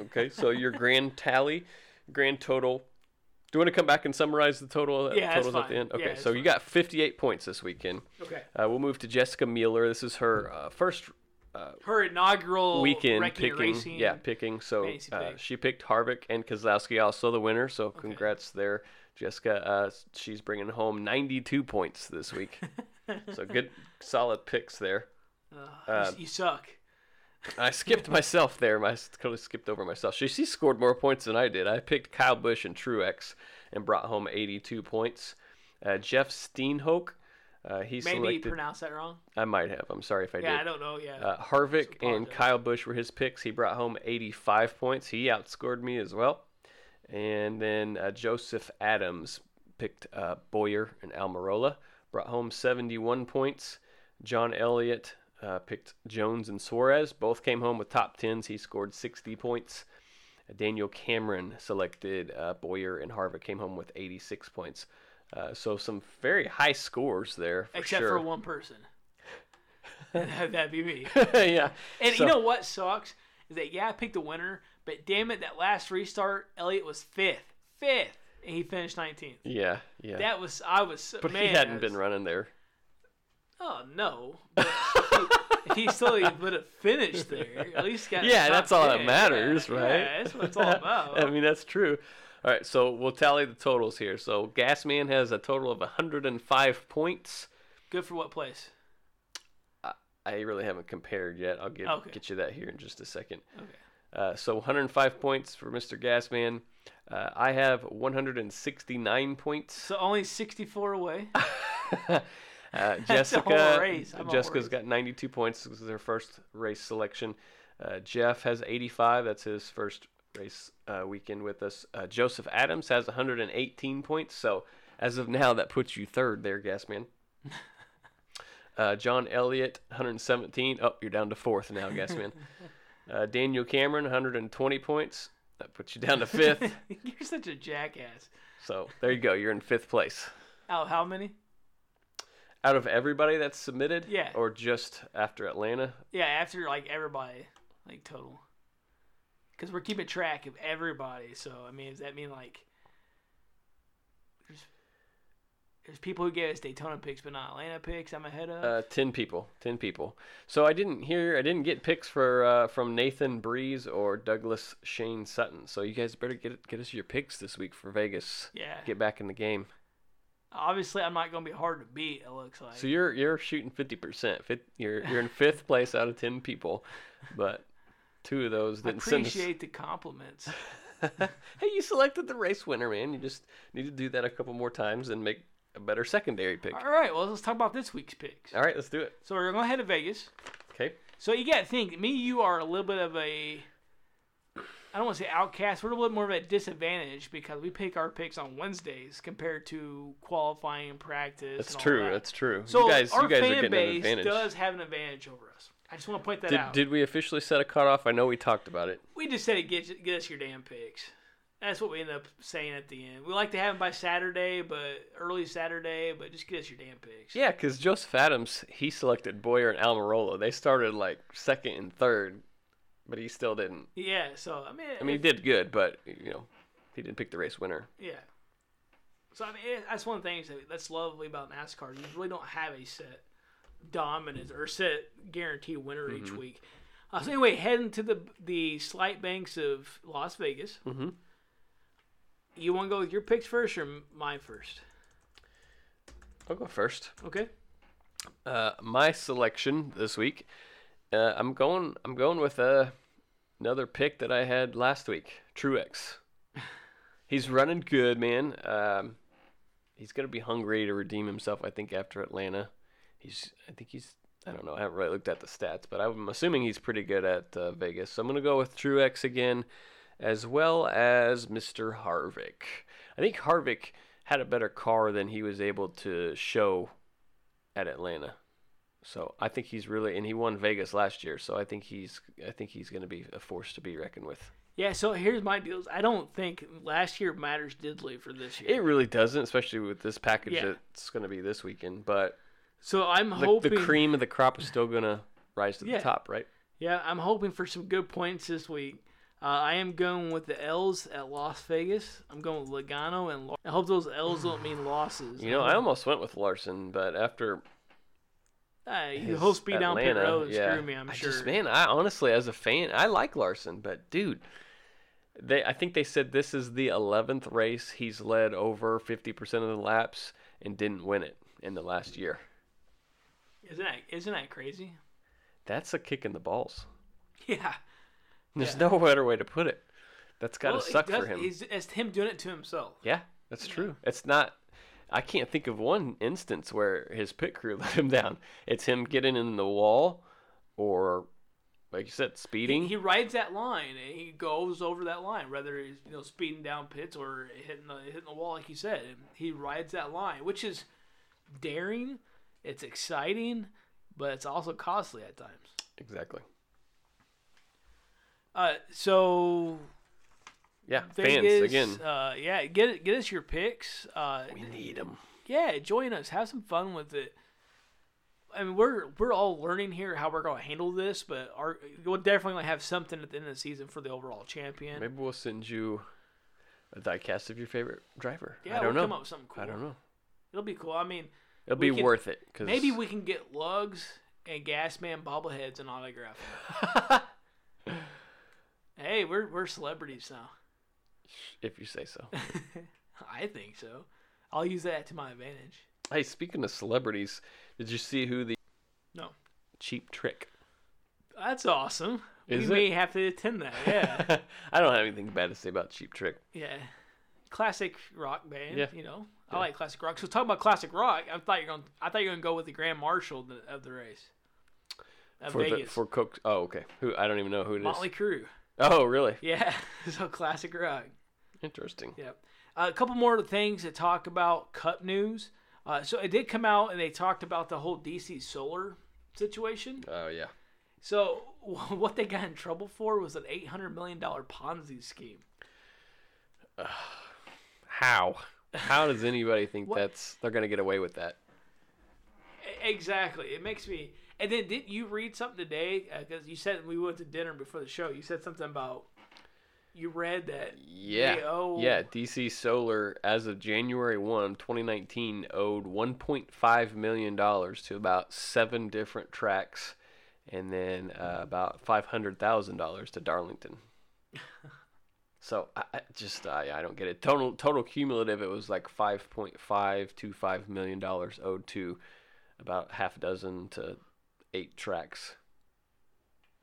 Speaker 3: Okay, so your grand tally, grand total. Do you want to come back and summarize the total? uh,
Speaker 2: Yeah, that's
Speaker 3: totals at
Speaker 2: fine.
Speaker 3: the end.
Speaker 2: Yeah,
Speaker 3: Okay,
Speaker 2: that's
Speaker 3: so you got 58 points this weekend.
Speaker 2: Okay.
Speaker 3: Uh, we'll move to Jessica Mueller. This is her uh, first
Speaker 2: Her inaugural
Speaker 3: weekend
Speaker 2: Wrecking and
Speaker 3: picking.
Speaker 2: Racing.
Speaker 3: Yeah, picking. So
Speaker 2: fantasy
Speaker 3: uh,
Speaker 2: pick.
Speaker 3: she picked Harvick and Kozlowski, also the winner. So congrats there, Jessica. Uh, s- she's bringing home 92 points this week. so good, solid picks there. uh,
Speaker 2: You- you suck.
Speaker 3: I skipped myself there. I totally skipped over myself. She, she scored more points than I did. I picked Kyle Busch and Truex and brought home 82 points. Uh, Jeff Steenhoek. Uh, he
Speaker 2: Maybe
Speaker 3: selected.
Speaker 2: pronounce that wrong.
Speaker 3: I might have. I'm sorry if I
Speaker 2: Yeah,
Speaker 3: did.
Speaker 2: I don't know. Yeah.
Speaker 3: Uh, Harvick and Kyle Busch were his picks. He brought home 85 points. He outscored me as well. And then uh, Joseph Adams picked uh, Boyer and Almirola, brought home 71 points. John Elliott uh, picked Jones and Suarez. Both came home with top 10s. He scored 60 points. Uh, Daniel Cameron selected uh, Boyer and Harvick came home with 86 points. Uh, so some very high scores there. For
Speaker 2: Except
Speaker 3: sure.
Speaker 2: for one person. That'd be me.
Speaker 3: yeah.
Speaker 2: And
Speaker 3: So-
Speaker 2: you know what sucks is that yeah, I picked the winner, but damn it, that last restart, Elliot was fifth, fifth, and he finished nineteenth.
Speaker 3: Yeah. Yeah.
Speaker 2: That was I was. so-
Speaker 3: But
Speaker 2: man,
Speaker 3: he hadn't
Speaker 2: I
Speaker 3: been
Speaker 2: was-
Speaker 3: running there.
Speaker 2: Oh no. But if he still would have finished there, at least got.
Speaker 3: Yeah,
Speaker 2: top
Speaker 3: that's all that
Speaker 2: 10.
Speaker 3: matters,
Speaker 2: Yeah,
Speaker 3: right?
Speaker 2: Yeah, that's what it's all about.
Speaker 3: I mean, that's true. All right, so we'll tally the totals here. So Gasman has a total of 105 points.
Speaker 2: Good for what place?
Speaker 3: I really haven't compared yet. I'll get
Speaker 2: Okay.
Speaker 3: get you that here in just a second. Okay. Uh, so 105 points for Mr. Gasman. Uh, I have 169 points.
Speaker 2: So only sixty-four away.
Speaker 3: Uh,
Speaker 2: That's a whole
Speaker 3: Jessica
Speaker 2: race. I'm a whole
Speaker 3: Jessica's
Speaker 2: race.
Speaker 3: got 92 points. This is her first race selection. Uh, Jeff has 85. That's his first race uh, weekend with us. Uh, Joseph Adams has 118 points. So as of now, that puts you third there, Gasman. Uh, John Elliott, 117. Oh, you're down to fourth now, Gasman. Uh, Daniel Cameron, 120 points. That puts you down to fifth.
Speaker 2: You're such a jackass.
Speaker 3: so there you go. You're in fifth place.
Speaker 2: Out how many?
Speaker 3: Out of everybody that's submitted,
Speaker 2: Yeah.
Speaker 3: or just after Atlanta,
Speaker 2: Yeah, after like everybody, like total. Because we're keeping track of everybody. So I mean, does that mean like there's there's people who gave us Daytona picks but not Atlanta picks? I'm ahead of.
Speaker 3: Uh, ten people. Ten people. So I didn't hear. I didn't get picks for uh, from Nathan Breeze or Douglas Shane Sutton. So you guys better get get us your picks this week for Vegas.
Speaker 2: Yeah.
Speaker 3: Get back in the game.
Speaker 2: Obviously, I'm not gonna be hard to beat. It looks like.
Speaker 3: So you're you're shooting 50%. Fif- You're you're in fifth place out of ten people, but two of those
Speaker 2: I
Speaker 3: didn't send us.
Speaker 2: appreciate the compliments.
Speaker 3: hey, you selected the race winner, man. You just need to do that a couple more times and make a better secondary pick.
Speaker 2: All right, well, let's talk about this week's picks.
Speaker 3: All right, let's do it.
Speaker 2: So we're going to head to Vegas.
Speaker 3: Okay.
Speaker 2: So you got to think, me, you are a little bit of a, I don't want to say outcast. We're a little bit more of a disadvantage because we pick our picks on Wednesdays compared to qualifying and practice.
Speaker 3: That's
Speaker 2: and all
Speaker 3: true.
Speaker 2: that.
Speaker 3: That's true.
Speaker 2: So
Speaker 3: you guys,
Speaker 2: our
Speaker 3: you guys
Speaker 2: fan
Speaker 3: are getting an
Speaker 2: base
Speaker 3: advantage.
Speaker 2: does have an advantage over us. I just want to point that
Speaker 3: Did,
Speaker 2: out.
Speaker 3: did we officially set a cutoff? I know we talked about it.
Speaker 2: we just said it gets get us your damn picks. That's what we end up saying at the end. We like to have them by Saturday, but early Saturday, but just get us your damn picks.
Speaker 3: Yeah, because Joseph Adams, he selected Boyer and Almirola. They started like second and third, but he still didn't.
Speaker 2: Yeah, so I mean,
Speaker 3: I mean, he did good, but you know, he didn't pick the race winner.
Speaker 2: Yeah. So I mean, it, that's one thing that- that's lovely about NASCAR. You really don't have a set dominant or set guaranteed winner
Speaker 3: Mm-hmm.
Speaker 2: each week. Uh, so anyway, heading to the the slight banks of Las Vegas. Mm-hmm. You want to go with your picks first or m- mine first?
Speaker 3: I'll go first.
Speaker 2: Okay.
Speaker 3: Uh, my selection this week, uh, I'm going. I'm going with uh, another pick that I had last week. Truex. He's running good, man. Um, he's gonna be hungry to redeem himself. I think after Atlanta, he's. I think he's. I don't know. I haven't really looked at the stats, but I'm assuming he's pretty good at uh, Vegas. So I'm gonna go with Truex again, as well as Mr. Harvick. I think Harvick had a better car than he was able to show at Atlanta. So I think he's really and he won Vegas last year. So I think he's I think he's going to be a force to be reckoned with.
Speaker 2: Yeah. So here's my deals. I don't think last year matters diddly for this year.
Speaker 3: It really doesn't, especially with this package
Speaker 2: Yeah.
Speaker 3: that's going to be this weekend. But
Speaker 2: so I'm
Speaker 3: the,
Speaker 2: hoping
Speaker 3: the cream of the crop is still going to rise to
Speaker 2: Yeah.
Speaker 3: the top, right?
Speaker 2: Yeah, I'm hoping for some good points this week. Uh, I am going with the L's at Las Vegas. I'm going with Logano and Lar- I hope those L's don't mean losses.
Speaker 3: You know, I almost went with Larson, but after
Speaker 2: uh, you
Speaker 3: his
Speaker 2: whole speed down pit
Speaker 3: Atlanta,
Speaker 2: road
Speaker 3: yeah,
Speaker 2: screw me. I'm
Speaker 3: I
Speaker 2: sure.
Speaker 3: Just, man, I honestly, as a fan, I like Larson, but dude, they I think they said this is the eleventh race he's led over fifty percent of the laps and didn't win it in the last year.
Speaker 2: Isn't that isn't that crazy?
Speaker 3: That's a kick in the balls.
Speaker 2: Yeah.
Speaker 3: There's no better way to put it. That's got to
Speaker 2: Well, it
Speaker 3: suck for
Speaker 2: does-
Speaker 3: him.
Speaker 2: It's, it's him doing it to himself.
Speaker 3: Yeah, that's true. It's not. I can't think of one instance where his pit crew let him down. It's him getting in the wall, or like you said, speeding.
Speaker 2: He rides that line and he goes over that line, whether he's you know speeding down pits or hitting the hitting the wall, like you said. And he rides that line, which is daring. It's exciting, but it's also costly at times.
Speaker 3: exactly.
Speaker 2: Uh, so
Speaker 3: Yeah, fans
Speaker 2: Vegas,
Speaker 3: again.
Speaker 2: Uh, yeah, get get us your picks. Uh,
Speaker 3: we need him.
Speaker 2: yeah, join us. Have some fun with it. I mean, we're we're all learning here how we're gonna handle this, but our, we'll definitely have something at the end of the season for the overall champion.
Speaker 3: Maybe we'll send you a diecast of your favorite driver.
Speaker 2: Yeah,
Speaker 3: I don't
Speaker 2: we'll
Speaker 3: know.
Speaker 2: come up with something cool.
Speaker 3: I don't know.
Speaker 2: It'll be cool. I mean,
Speaker 3: It'll
Speaker 2: We
Speaker 3: be
Speaker 2: can-
Speaker 3: worth it. Cause
Speaker 2: maybe we can get lugs and Gasman bobbleheads and autograph. them. hey, we're we're celebrities now.
Speaker 3: if you say so.
Speaker 2: I think so. I'll use that to my advantage.
Speaker 3: hey, speaking of celebrities, did you see who the
Speaker 2: No.
Speaker 3: cheap trick?
Speaker 2: That's awesome.
Speaker 3: Is
Speaker 2: we
Speaker 3: it?
Speaker 2: may have to attend that. Yeah,
Speaker 3: I don't have anything bad to say about Cheap Trick.
Speaker 2: yeah. Classic rock band.
Speaker 3: Yeah.
Speaker 2: You know, I like classic rock. So talk about classic rock. I thought you're going. to I thought you're going to go with the Grand Marshal th- of the race. Uh,
Speaker 3: for
Speaker 2: Vegas.
Speaker 3: the for Coke. Oh, okay. Who I don't even know who it is.
Speaker 2: Motley Crue.
Speaker 3: Oh, really?
Speaker 2: Yeah, so classic rock.
Speaker 3: Interesting.
Speaker 2: Yep. Uh, a couple more things to talk about Cup news. Uh, so it did come out, and they talked about the whole DC Solar situation.
Speaker 3: Oh, yeah.
Speaker 2: So what they got in trouble for was an eight hundred million dollar Ponzi scheme.
Speaker 3: How? How does anybody think
Speaker 2: What?
Speaker 3: that's they're gonna get away with that?
Speaker 2: E- Exactly. It makes me. And then didn't you read something today? Because you said we went to dinner before the show. You said something about you read that.
Speaker 3: Yeah.
Speaker 2: They owe-
Speaker 3: Yeah. DC Solar, as of January 1, 2019, owed $1.5 million to about seven different tracks and then uh, about $500,000 to Darlington. so I, I just, I, I don't get it. Total, total cumulative, it was like $5.525 million owed to about half a dozen to eight tracks.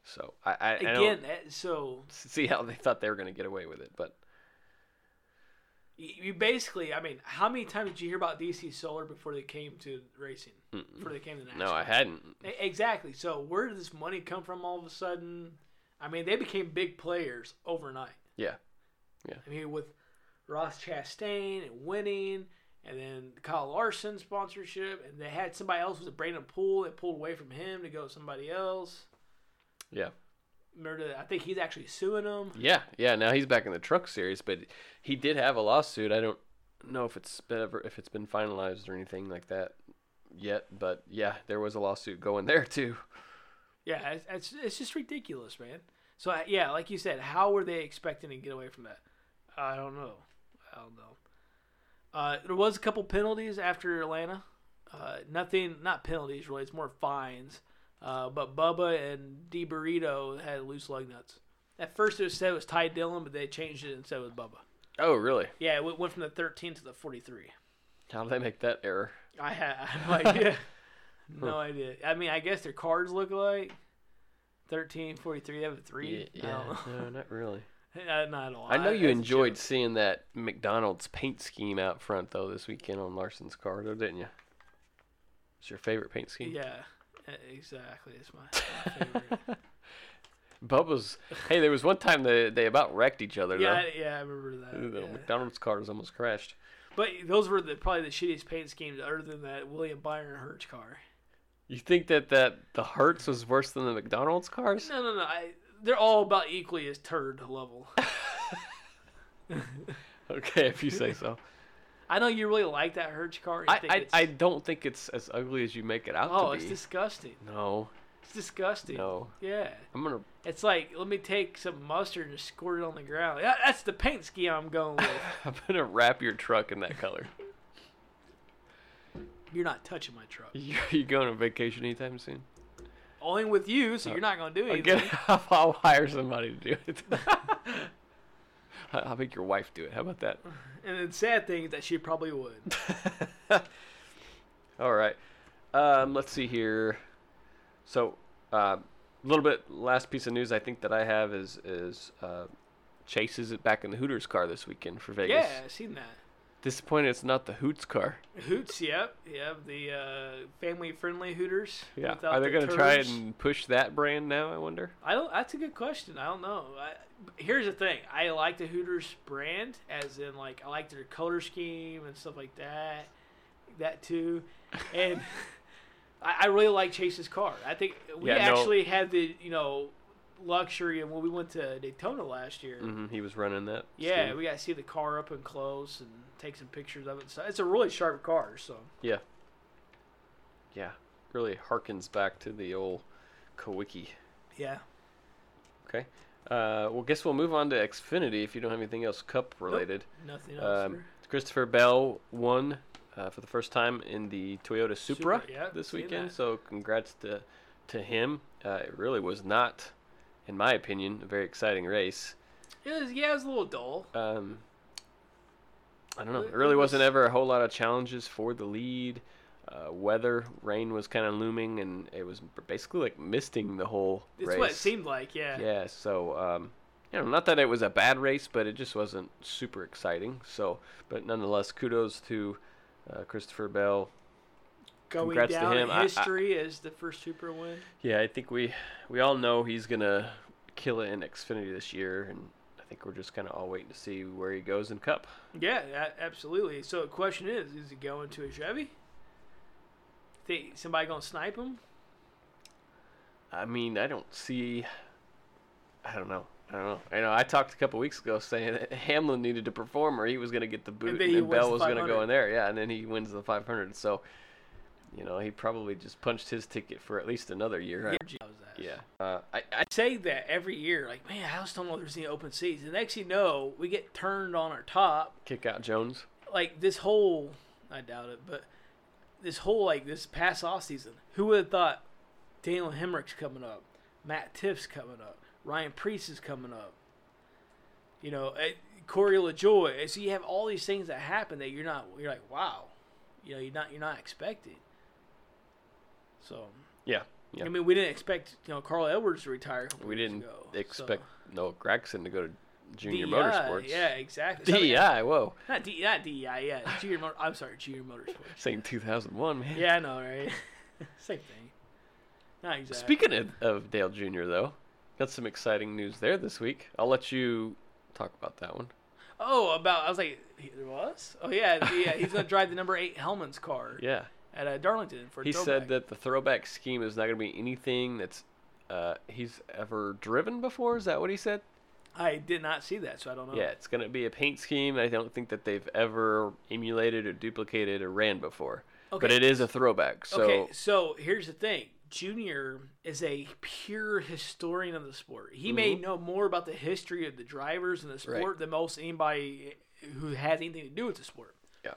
Speaker 3: So I, I, I
Speaker 2: Again,
Speaker 3: don't
Speaker 2: that, so
Speaker 3: see how they thought they were going to get away with it, but.
Speaker 2: y- you basically, I mean, how many times did you hear about DC Solar before they came to racing? Before they came to NASCAR?
Speaker 3: No, I hadn't.
Speaker 2: E- Exactly. So where did this money come from all of a sudden? I mean, they became big players overnight.
Speaker 3: Yeah.
Speaker 2: I mean, with Ross Chastain and winning, and then Kyle Larson sponsorship, and they had somebody else with a Brandon Poole that pulled away from him to go with somebody else.
Speaker 3: Yeah.
Speaker 2: Remember, that- I think he's actually suing them.
Speaker 3: Yeah. Yeah. Now he's back in the truck series, but he did have a lawsuit. I don't know if it's been ever if it's been finalized or anything like that yet, but yeah, there was a lawsuit going there too.
Speaker 2: Yeah, it's, it's, it's just ridiculous, man. So I- yeah, like you said, how were they expecting to get away from that? I don't know. I don't know. Uh, there was a couple penalties after Atlanta. Uh, nothing, not penalties really. It's more fines. Uh, but Bubba and D Burrito had loose lug nuts. At first, it was said it was Ty Dillon, but they changed it and said it was Bubba.
Speaker 3: Oh, really?
Speaker 2: Yeah, it went- went from the 13 to the 43.
Speaker 3: How did they make that error?
Speaker 2: I had, I had no idea. no idea. I mean, I guess their cards look alike. 13, 43, they have a 3. I don't know.
Speaker 3: No, not really.
Speaker 2: Uh, not at all.
Speaker 3: I know you
Speaker 2: that's a
Speaker 3: enjoyed
Speaker 2: joke.
Speaker 3: seeing that McDonald's paint scheme out front though this weekend on Larson's car, though, didn't you? It's your favorite paint scheme.
Speaker 2: Yeah, e- exactly. It's my favorite.
Speaker 3: Bubba's. Hey, there was one time they they about wrecked each other
Speaker 2: yeah,
Speaker 3: though.
Speaker 2: I- yeah, I remember
Speaker 3: The
Speaker 2: that. yeah.
Speaker 3: McDonald's cars almost crashed.
Speaker 2: But those were the probably the shittiest paint schemes, other than that William Byron Hertz car.
Speaker 3: You think that, that the Hertz was worse than the McDonald's cars?
Speaker 2: No, no, no. I, they're all about equally as turd level.
Speaker 3: Okay, if you say so.
Speaker 2: I know you really like that Hertz car. and
Speaker 3: I,
Speaker 2: think
Speaker 3: I,
Speaker 2: it's-
Speaker 3: I don't think it's as ugly as you make it out
Speaker 2: oh,
Speaker 3: to be.
Speaker 2: it's disgusting.
Speaker 3: No,
Speaker 2: It's disgusting.
Speaker 3: no.
Speaker 2: Yeah.
Speaker 3: I'm gonna.
Speaker 2: It's like let me take some mustard and squirt it on the ground. Yeah, that's the paint scheme I'm going with.
Speaker 3: I'm gonna wrap your truck in that color.
Speaker 2: You're not touching my truck.
Speaker 3: you, you going on vacation anytime soon?
Speaker 2: Only with you, so you're not going to do
Speaker 3: I'll,
Speaker 2: anything.
Speaker 3: get, I'll hire somebody to do it. I- I'll make your wife do it. How about that?
Speaker 2: And the sad thing is that she probably would.
Speaker 3: All right. Um, let's see here. So, a little bit last piece of news I think that I have is is uh, Chase is back in the Hooters car this weekend for Vegas.
Speaker 2: Yeah, I've seen that.
Speaker 3: Disappointed it's not the Hoots car.
Speaker 2: Hoots, yep, yep. The uh, family-friendly Hooters.
Speaker 3: Yeah.
Speaker 2: without
Speaker 3: Are they
Speaker 2: the
Speaker 3: going to try
Speaker 2: turds.
Speaker 3: and push that brand now? I wonder.
Speaker 2: I don't. That's a good question. I don't know. I, here's the thing. I like the Hooters brand, as in like I like their color scheme and stuff like that. That too, and I, I really like Chase's car. I think we
Speaker 3: Yeah, no.
Speaker 2: actually had the you know luxury of when we went to Daytona last year.
Speaker 3: hmm He was running that.
Speaker 2: Yeah,
Speaker 3: scheme.
Speaker 2: we got to see the car up and close and take some pictures of it. So it's a really sharp car. So
Speaker 3: yeah. Yeah. Really harkens back to the old Kawiki.
Speaker 2: yeah,
Speaker 3: Okay. Uh, well, guess we'll move on to Xfinity if you don't have anything else cup related.
Speaker 2: nothing else.
Speaker 3: Um,
Speaker 2: there.
Speaker 3: Christopher Bell won uh, for the first time in the Toyota Supra
Speaker 2: Supra, yeah,
Speaker 3: this
Speaker 2: seen
Speaker 3: weekend.
Speaker 2: that.
Speaker 3: So congrats to to him. Uh, it really was not, in my opinion, a very exciting race.
Speaker 2: it was yeah, it was a little dull.
Speaker 3: Um, I don't know.
Speaker 2: It-
Speaker 3: It really
Speaker 2: it
Speaker 3: wasn't
Speaker 2: was-
Speaker 3: ever a whole lot of challenges for the lead. Uh, weather, rain was kind of looming, and it was basically like misting the whole
Speaker 2: It's
Speaker 3: race.
Speaker 2: what it seemed like. Yeah.
Speaker 3: Yeah, so um, you know, not that it was a bad race, but it just wasn't super exciting. So, but nonetheless, kudos to uh, Christopher Bell
Speaker 2: Going
Speaker 3: Congrats to
Speaker 2: down
Speaker 3: him.
Speaker 2: in
Speaker 3: I- I-
Speaker 2: history as the first Super win.
Speaker 3: Yeah, I think we we all know he's gonna kill it in Xfinity this year, and I think we're just kind of all waiting to see where he goes in Cup.
Speaker 2: Yeah, a- absolutely. So the question is, is he going to a Chevy? Think somebody gonna snipe him?
Speaker 3: I mean, I don't see. I don't know. I don't know. I know. I talked a couple weeks ago saying that Hamlin needed to perform, or he was going to get the boot, and
Speaker 2: then
Speaker 3: then,
Speaker 2: he wins
Speaker 3: Bell
Speaker 2: the
Speaker 3: was going to go
Speaker 2: 500.
Speaker 3: in there. Yeah, and then he wins the 500. So, you know, he probably just punched his ticket for at least another year.
Speaker 2: Gee, how's that?
Speaker 3: Yeah. Uh, I, I
Speaker 2: say that every year, like, man, I just don't know if there's any open seats. The next you know, we get turned on our top.
Speaker 3: kick out Jones.
Speaker 2: Like this whole, I doubt it, but this whole like this past off season, who would have thought Daniel Hemrick's coming up, Matt Tiff's coming up, Ryan Priest is coming up, you know, eh, Corey LaJoy. And So you have all these things that happen that you're not, you're like, wow, you know, you're not, you're not expecting. So
Speaker 3: Yeah. Yeah.
Speaker 2: I mean, we didn't expect you know Carl Edwards to retire. a couple
Speaker 3: we
Speaker 2: years
Speaker 3: didn't
Speaker 2: ago, so-
Speaker 3: expect Noah Gregson to go to Junior
Speaker 2: DEI,
Speaker 3: Motorsports.
Speaker 2: Yeah, exactly. So, I mean,
Speaker 3: DEI. Whoa.
Speaker 2: not DEI, not DEI, yeah. Junior Motor, I'm sorry, Junior Motorsports.
Speaker 3: Saying 2001, man.
Speaker 2: Yeah, I know, right? Same thing. Not exactly.
Speaker 3: Speaking of, of Dale Jr., though, got some exciting news there this week. I'll let you talk about that one.
Speaker 2: oh, about I was like, he- there was. Oh yeah, the- yeah. He's gonna drive the number eight Hellman's car
Speaker 3: Yeah.
Speaker 2: at uh, Darlington for. a
Speaker 3: He
Speaker 2: throwback.
Speaker 3: said that the throwback scheme is not going to be anything that's uh, he's ever driven before. Is that what he said?
Speaker 2: I did not see that, so I don't know.
Speaker 3: Yeah, it's going to be a paint scheme. I don't think that they've ever emulated or duplicated or ran before. But
Speaker 2: Okay.
Speaker 3: it is a throwback. So
Speaker 2: okay, so here's the thing. Junior is a pure historian of the sport. He may know more about the history of the drivers and the sport
Speaker 3: Mm-hmm. Right.
Speaker 2: than most anybody who has anything to do with the sport.
Speaker 3: Yeah.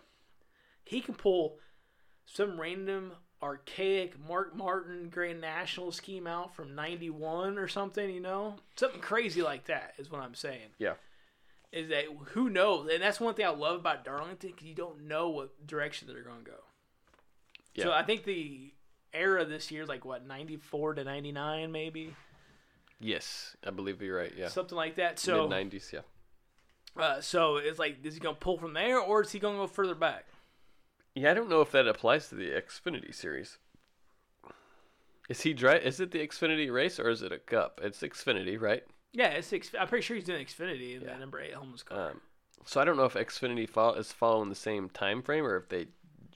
Speaker 2: He can pull some random archaic Mark Martin Grand National scheme out from 91 or something, you know? Something crazy like that is what I'm saying
Speaker 3: yeah.
Speaker 2: is that who knows? And that's one thing I love about Darlington because you don't know what direction they're going to go. So
Speaker 3: Yeah.
Speaker 2: I think the era this year is like what 94 to 99 maybe
Speaker 3: Yes, I believe you're right. Yeah.
Speaker 2: something like that.
Speaker 3: Mid
Speaker 2: So
Speaker 3: 90s, yeah.
Speaker 2: uh, so it's like is he going to pull from there or is he going to go further back?
Speaker 3: Yeah, I don't know if that applies to the Xfinity series. Is he dry? Is it the Xfinity race or is it a cup? It's Xfinity, right?
Speaker 2: Yeah, it's Xf- I'm pretty sure he's doing Xfinity in
Speaker 3: Yeah.
Speaker 2: the number eight Helms car.
Speaker 3: Um, so I don't know if Xfinity fol- is following the same time frame or if they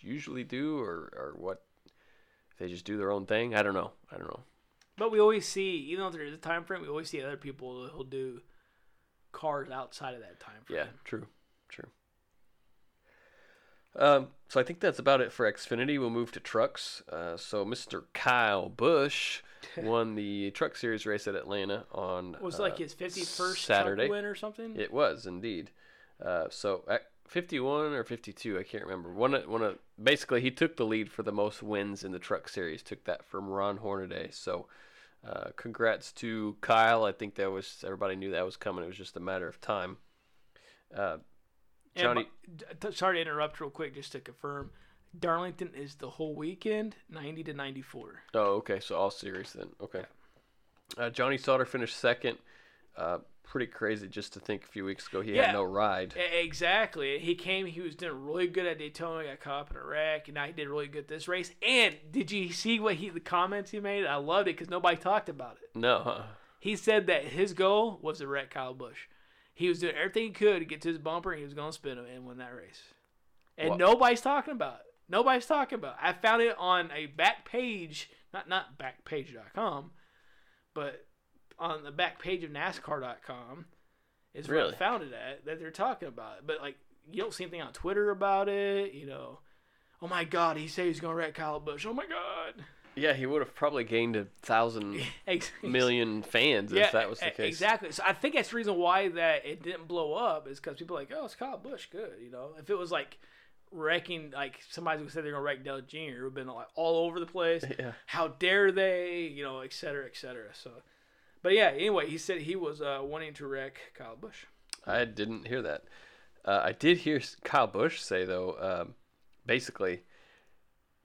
Speaker 3: usually do or or what. If they just do their own thing, I don't know. I don't know.
Speaker 2: But we always see, even though there is a time frame, we always see other people who'll do cars outside of that time frame.
Speaker 3: Yeah, true, true. Um, so I think that's about it for Xfinity. We'll move to trucks. Uh, so Mr. Kyle Busch won the Truck Series race at Atlanta on
Speaker 2: Was it
Speaker 3: uh,
Speaker 2: like his 51st Cup
Speaker 3: Saturday.
Speaker 2: win or something?
Speaker 3: It was indeed. Uh, so at 51 or 52, I can't remember. One of, one of basically he took the lead for the most wins in the truck series. Took that from Ron Hornaday. So uh, congrats to Kyle. I think that was everybody knew that was coming. It was just a matter of time. Uh,
Speaker 2: And
Speaker 3: Johnny,
Speaker 2: my- d- t- sorry to interrupt real quick, just to confirm. Darlington is the whole weekend, 90 to 94.
Speaker 3: oh okay, so all series then. Okay. Uh, Johnny Sauter finished second. Uh, pretty crazy just to think a few weeks ago he
Speaker 2: Yeah.
Speaker 3: had no ride.
Speaker 2: E- Exactly. He came, he was doing really good at Daytona, got caught up in a wreck, and now he did really good this race. And did you see what he the comments he made? I loved it because nobody talked about it.
Speaker 3: No, huh?
Speaker 2: He said that his goal was to wreck Kyle Busch. He was doing everything he could to get to his bumper, and he was going to spin him and win that race. And
Speaker 3: Wha-
Speaker 2: nobody's talking about it. Nobody's talking about it. I found it on a back page, not not backpage.com, but on the back page of NASCAR.com is where
Speaker 3: Really?
Speaker 2: I found it at that they're talking about it. But like you don't see anything on Twitter about it, you know. Oh my God, he said he's gonna wreck Kyle Busch. Oh my God.
Speaker 3: Yeah, he would have probably gained a thousand
Speaker 2: Ex-
Speaker 3: million fans if that was the
Speaker 2: e-
Speaker 3: case.
Speaker 2: Exactly. So I think that's the reason why that it didn't blow up is because people are like, oh, it's Kyle Bush, good. You know, if it was like wrecking, like somebody would say they're gonna wreck Dell Jr., it would have been like all over the place.
Speaker 3: Yeah.
Speaker 2: How dare they? You know, et cetera, et cetera. So, but yeah. Anyway, he said he was uh, wanting to wreck Kyle Bush.
Speaker 3: I didn't hear that. Uh, I did hear s- Kyle Bush say though, um, basically,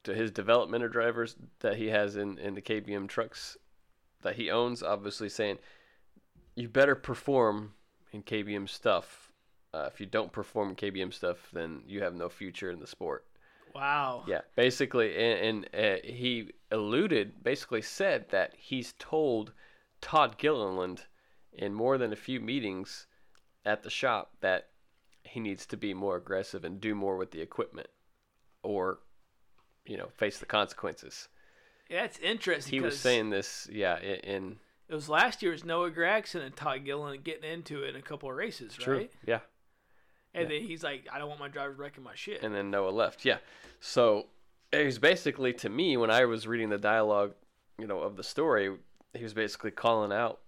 Speaker 3: to his developmental drivers that he has in in the KBM trucks that he owns, obviously saying, "You better perform in KBM stuff. Uh, if you don't perform in KBM stuff, then you have no future in the sport."
Speaker 2: Wow.
Speaker 3: Yeah, basically, and, and uh, he alluded, basically said that he's told Todd Gilliland in more than a few meetings at the shop that he needs to be more aggressive and do more with the equipment, or you know, face the consequences.
Speaker 2: That's interesting.
Speaker 3: He was
Speaker 2: 'cause
Speaker 3: saying this, yeah, in, in
Speaker 2: it was last year's Noah Gregson and Todd Gillen getting into it in a couple of races, right?
Speaker 3: yeah,
Speaker 2: And then he's like, I don't want my drivers wrecking my shit.
Speaker 3: and then Noah left. Yeah. So it was basically to me when I was reading the dialogue, you know, of the story, he was basically calling out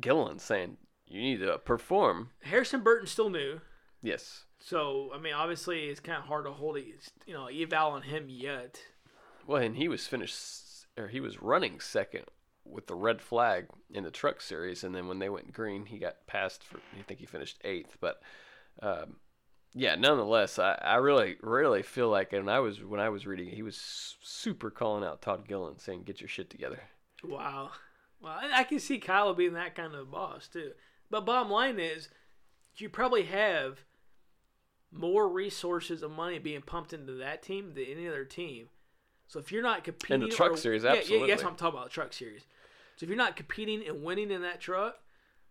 Speaker 3: Gillen saying, "You need to perform."
Speaker 2: Harrison Burton still new,
Speaker 3: Yes.
Speaker 2: so I mean, obviously, it's kind of hard to hold a you know eval on him yet.
Speaker 3: Well, and he was finished, s- or he was running second with the red flag in the truck series, and then when they went green, he got passed for. I think he finished eighth, but. Um, yeah, nonetheless, I, I really, really feel like, and I was when I was reading, it, he was s- super calling out Todd Gillen, saying, "Get your shit together."
Speaker 2: Wow. Well, and I can see Kyle being that kind of boss too. But bottom line is, you probably have more resources and money being pumped into that team than any other team. So if you're not competing
Speaker 3: truck
Speaker 2: or-
Speaker 3: series,
Speaker 2: Yeah, yeah, that's
Speaker 3: absolutely.
Speaker 2: what I'm talking about, the truck series. So if you're not competing and winning in that truck,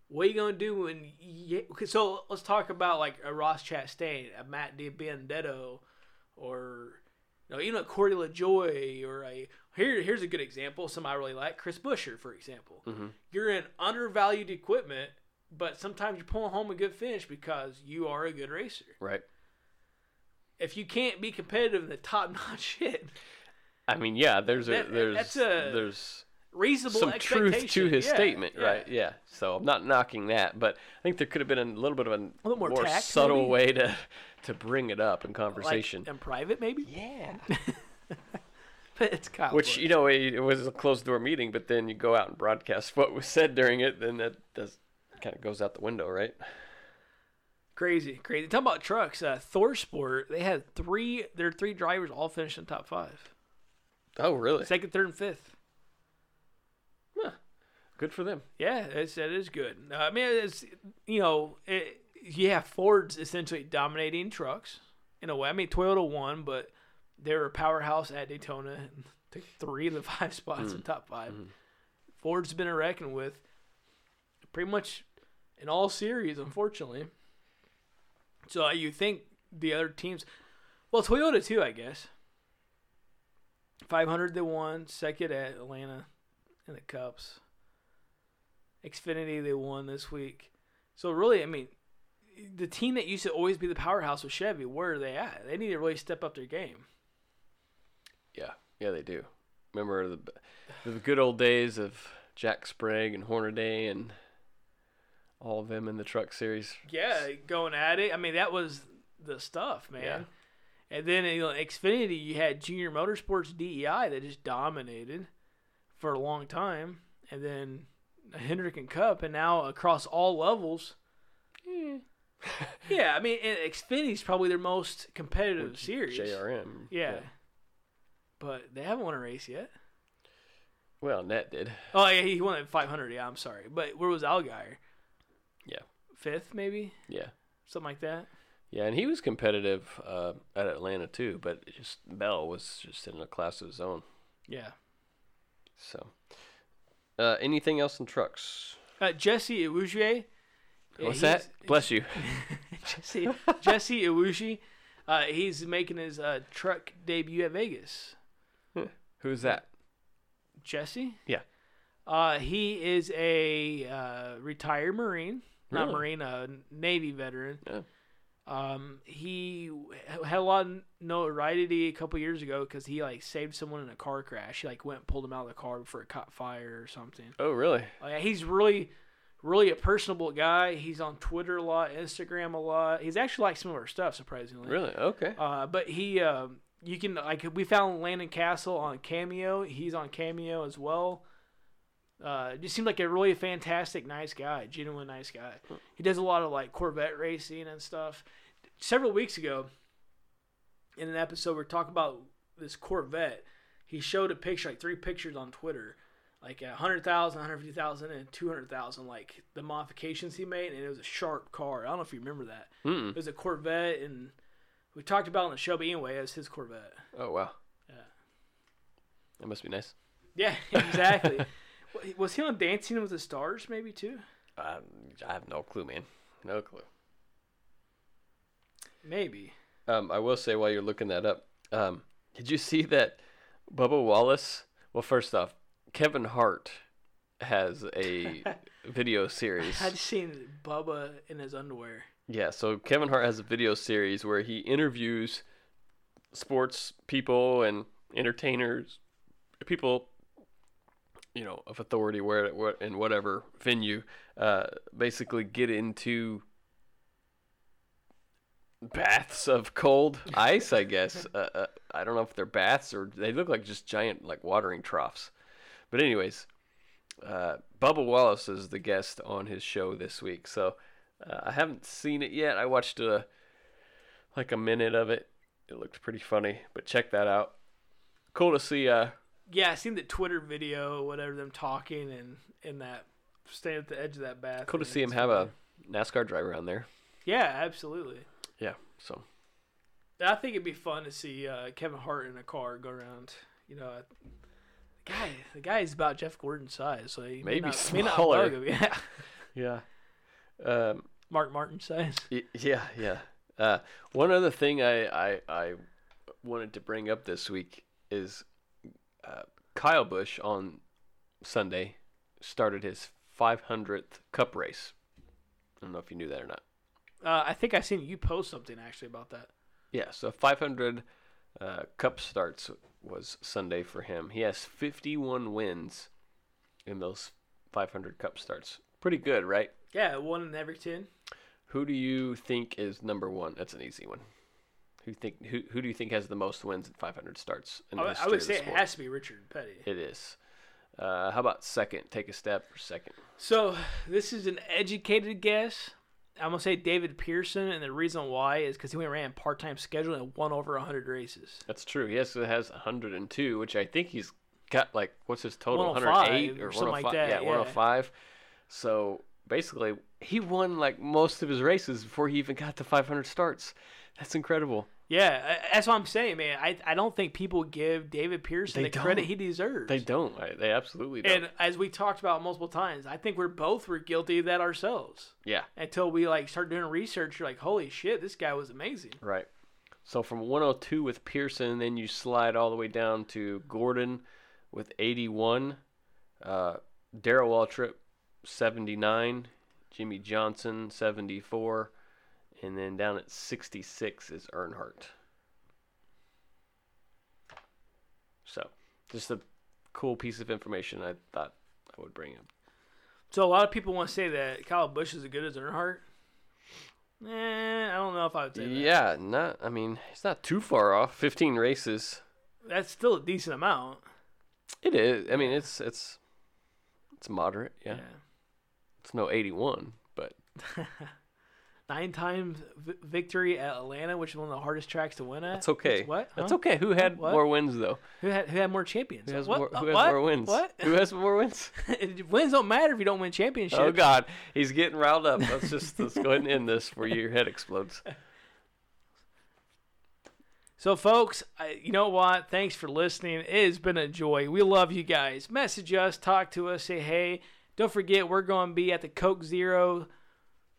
Speaker 2: what are you gonna do when? You, okay, so let's talk about like a Ross Chastain, a Matt DiBenedetto, or you know, even a Cordy LaJoy or a here here's a good example. Some I really like, Chris Busher, for example.
Speaker 3: Mm-hmm.
Speaker 2: You're in undervalued equipment, but sometimes you're pulling home a good finish because you are a good racer.
Speaker 3: Right.
Speaker 2: If you can't be competitive in the top notch shit,
Speaker 3: I mean, yeah. There's a
Speaker 2: That-
Speaker 3: there's
Speaker 2: that's a
Speaker 3: there's
Speaker 2: reasonable
Speaker 3: some truth to
Speaker 2: expectation.
Speaker 3: his
Speaker 2: Yeah,
Speaker 3: statement,
Speaker 2: yeah.
Speaker 3: right? Yeah. So I'm not knocking that, but I think there could have been a little bit of a,
Speaker 2: little more tact,
Speaker 3: subtle
Speaker 2: maybe?
Speaker 3: way to to bring it up in
Speaker 2: Like, uh,
Speaker 3: conversation.
Speaker 2: in private, maybe.
Speaker 3: yeah.
Speaker 2: But it's Kyle.
Speaker 3: Which you know it, it was a closed door meeting, but then you go out and broadcast what was said during it, then that does kind of goes out the window, right?
Speaker 2: Crazy, crazy. Talk about trucks. Uh, Thor Sport. They had three. Their three drivers all finished in top five.
Speaker 3: Oh, really?
Speaker 2: Second, third, and fifth.
Speaker 3: Good for them.
Speaker 2: Yeah, it's, that is good. Uh, I mean, it's you know, it, yeah, Ford's essentially dominating trucks in a way. I mean, Toyota won, but they were a powerhouse at Daytona and took three of the five spots in top 5 Ford's been a reckoning with pretty much in all series, unfortunately. So uh, you think the other teams, well, Toyota too, I guess. 500 they won, second at Atlanta in the Cups. Xfinity they won this week. So really, I mean, the team that used to always be the powerhouse was Chevy. Where are they at? They need to really step up their game.
Speaker 3: Yeah, yeah, they do. Remember the the good old days of Jack Sprague and Hornaday and all of them in the truck series.
Speaker 2: Yeah, going at it. I mean, that was the stuff, man.
Speaker 3: Yeah.
Speaker 2: And then you know, Xfinity, you had Junior Motorsports DEI that just dominated for a long time, and then Hendrick and Cup, and now across all levels. Eh. yeah, I mean, and Xfinity's probably their most competitive series.
Speaker 3: JRM.
Speaker 2: Yeah. But they haven't won a race yet.
Speaker 3: Well, Net did.
Speaker 2: Oh, yeah, he won at 500. Yeah, I'm sorry. But where was Allgaier?
Speaker 3: Yeah.
Speaker 2: Fifth, maybe?
Speaker 3: Yeah.
Speaker 2: Something like that.
Speaker 3: Yeah, and he was competitive uh, at Atlanta too, but it just Bell was just in a class of his own.
Speaker 2: Yeah.
Speaker 3: So, uh, anything else in trucks?
Speaker 2: Uh, Jesse Iwugie. Yeah,
Speaker 3: What's
Speaker 2: he's-
Speaker 3: that? Bless you.
Speaker 2: Jesse, Jesse Iwushi. Uh, he's making his uh, truck debut at Vegas.
Speaker 3: Who's that?
Speaker 2: Jesse?
Speaker 3: Yeah.
Speaker 2: Uh, he is a uh, retired Marine. Not
Speaker 3: Really?
Speaker 2: Marine, a Navy veteran.
Speaker 3: Yeah.
Speaker 2: Um, he h- had a lot of notoriety a couple years ago because he like saved someone in a car crash. He like went and pulled him out of the car before it caught fire or something.
Speaker 3: Oh, really?
Speaker 2: Like, he's really, really a personable guy. He's on Twitter a lot, Instagram a lot. He's actually like some of our stuff, surprisingly.
Speaker 3: Really? Okay.
Speaker 2: Uh, but he, um, you can like we found Landon Castle on Cameo. He's on Cameo as well. Uh, just seemed like a really fantastic, nice guy, genuine nice guy. He does a lot of like Corvette racing and stuff. Several weeks ago, in an episode, we we're talking about this Corvette. He showed a picture, like three pictures on Twitter, like a 100,000, 150,000, and 200,000, like the modifications he made. And it was a sharp car. I don't know if you remember that. It was a Corvette and we talked about on the show, but anyway, as his Corvette.
Speaker 3: Oh wow.
Speaker 2: Yeah.
Speaker 3: That must be nice.
Speaker 2: Yeah, exactly. Wa- Was he on Dancing with the Stars maybe too?
Speaker 3: Um, I have no clue, man. No clue.
Speaker 2: Maybe.
Speaker 3: Um, I will say while you're looking that up, um, did you see that Bubba Wallace? Well, first off, Kevin Hart has a video series.
Speaker 2: I'd seen Bubba in his underwear.
Speaker 3: Yeah, so Kevin Hart has a video series where he interviews sports people and entertainers, people, you know, of authority, where what in whatever venue, uh, basically get into baths of cold ice. I guess uh, uh, I don't know if they're baths or they look like just giant like watering troughs. But anyways, uh, Bubba Wallace is the guest on his show this week, so uh, I haven't seen it yet. I watched uh, like a minute of it. It looked pretty funny, but check that out. Cool to see. Uh,
Speaker 2: Yeah, I seen the Twitter video, whatever them talking and in that staying at the edge of that bath.
Speaker 3: cool to
Speaker 2: and
Speaker 3: see him
Speaker 2: it's-
Speaker 3: have a NASCAR driver on there.
Speaker 2: Yeah, absolutely.
Speaker 3: Yeah. So
Speaker 2: I think it'd be fun to see uh, Kevin Hart in a car go around. You know, the guy, the guy is about Jeff Gordon's size, so he
Speaker 3: Maybe
Speaker 2: may not,
Speaker 3: smaller.
Speaker 2: May not bug him. Yeah,
Speaker 3: yeah. Um,
Speaker 2: Mark Martin size.
Speaker 3: Y- Yeah, yeah. Uh, one other thing I, I I wanted to bring up this week is uh, Kyle Busch on Sunday started his 500th Cup race. I don't know if you knew that or not.
Speaker 2: Uh, I think I seen you post something actually about that.
Speaker 3: Yeah, so 500 uh, Cup starts was Sunday for him. He has 51 wins in those 500 Cup starts. Pretty good, right?
Speaker 2: Yeah, one in every ten.
Speaker 3: Who do you think is number one? That's an easy one. Who think who who do you think has the most wins at 500 starts in the
Speaker 2: I,
Speaker 3: history
Speaker 2: I would
Speaker 3: of the
Speaker 2: say it
Speaker 3: sport?
Speaker 2: has to be Richard Petty.
Speaker 3: It is. Uh, how about second? Take a stab for second.
Speaker 2: So this is an educated guess. I'm gonna say David Pearson, and the reason why is because he went and ran part time schedule and won over 100 races.
Speaker 3: That's true. He has has 102, which I think he's got like what's his total
Speaker 2: 105
Speaker 3: 108 or
Speaker 2: or oh something like
Speaker 3: 105?
Speaker 2: that,
Speaker 3: Yeah,
Speaker 2: yeah.
Speaker 3: 105. So basically, he won like most of his races before he even got to 500 starts. That's incredible.
Speaker 2: Yeah, I- that's what I'm saying, man. I I don't think people give David Pearson
Speaker 3: They
Speaker 2: the credit
Speaker 3: don't.
Speaker 2: he deserves.
Speaker 3: They don't. I, they absolutely don't.
Speaker 2: and as we talked about multiple times, I think we're both were guilty of that ourselves.
Speaker 3: yeah.
Speaker 2: Until we like start doing research, you're like, holy shit, this guy was amazing.
Speaker 3: Right. So from 102 with Pearson, then you slide all the way down to Gordon with 81, uh, Darrell Waltrip 79, Jimmy Johnson 74, and then down at 66 is Earnhardt. So just a cool piece of information I thought I would bring up.
Speaker 2: So a lot of people want to say that Kyle Bush is as good as Earnhardt. Eh, I don't know if I would say that.
Speaker 3: Yeah, not. I mean, it's not too far off. 15 races.
Speaker 2: That's still a decent amount.
Speaker 3: It is. I mean, it's it's it's moderate. Yeah, it's no eighty-one, but
Speaker 2: Nine times v- victory at Atlanta, which is one of the hardest tracks to win at.
Speaker 3: that's okay.
Speaker 2: It's what?
Speaker 3: That's
Speaker 2: Huh?
Speaker 3: okay. Who had
Speaker 2: What?
Speaker 3: more wins though?
Speaker 2: Who had, who had more champions?
Speaker 3: Who has
Speaker 2: what?
Speaker 3: more?
Speaker 2: Uh,
Speaker 3: Who has
Speaker 2: what?
Speaker 3: more wins?
Speaker 2: What?
Speaker 3: Who has more wins?
Speaker 2: Wins don't matter if you don't win championships.
Speaker 3: oh God, he's getting riled up. Let's just let's go ahead and end this before your head explodes.
Speaker 2: So, folks, I, you know what? Thanks for listening. It has been a joy. We love you guys. Message us, talk to us, say hey. Don't forget, we're going to be at the Coke Zero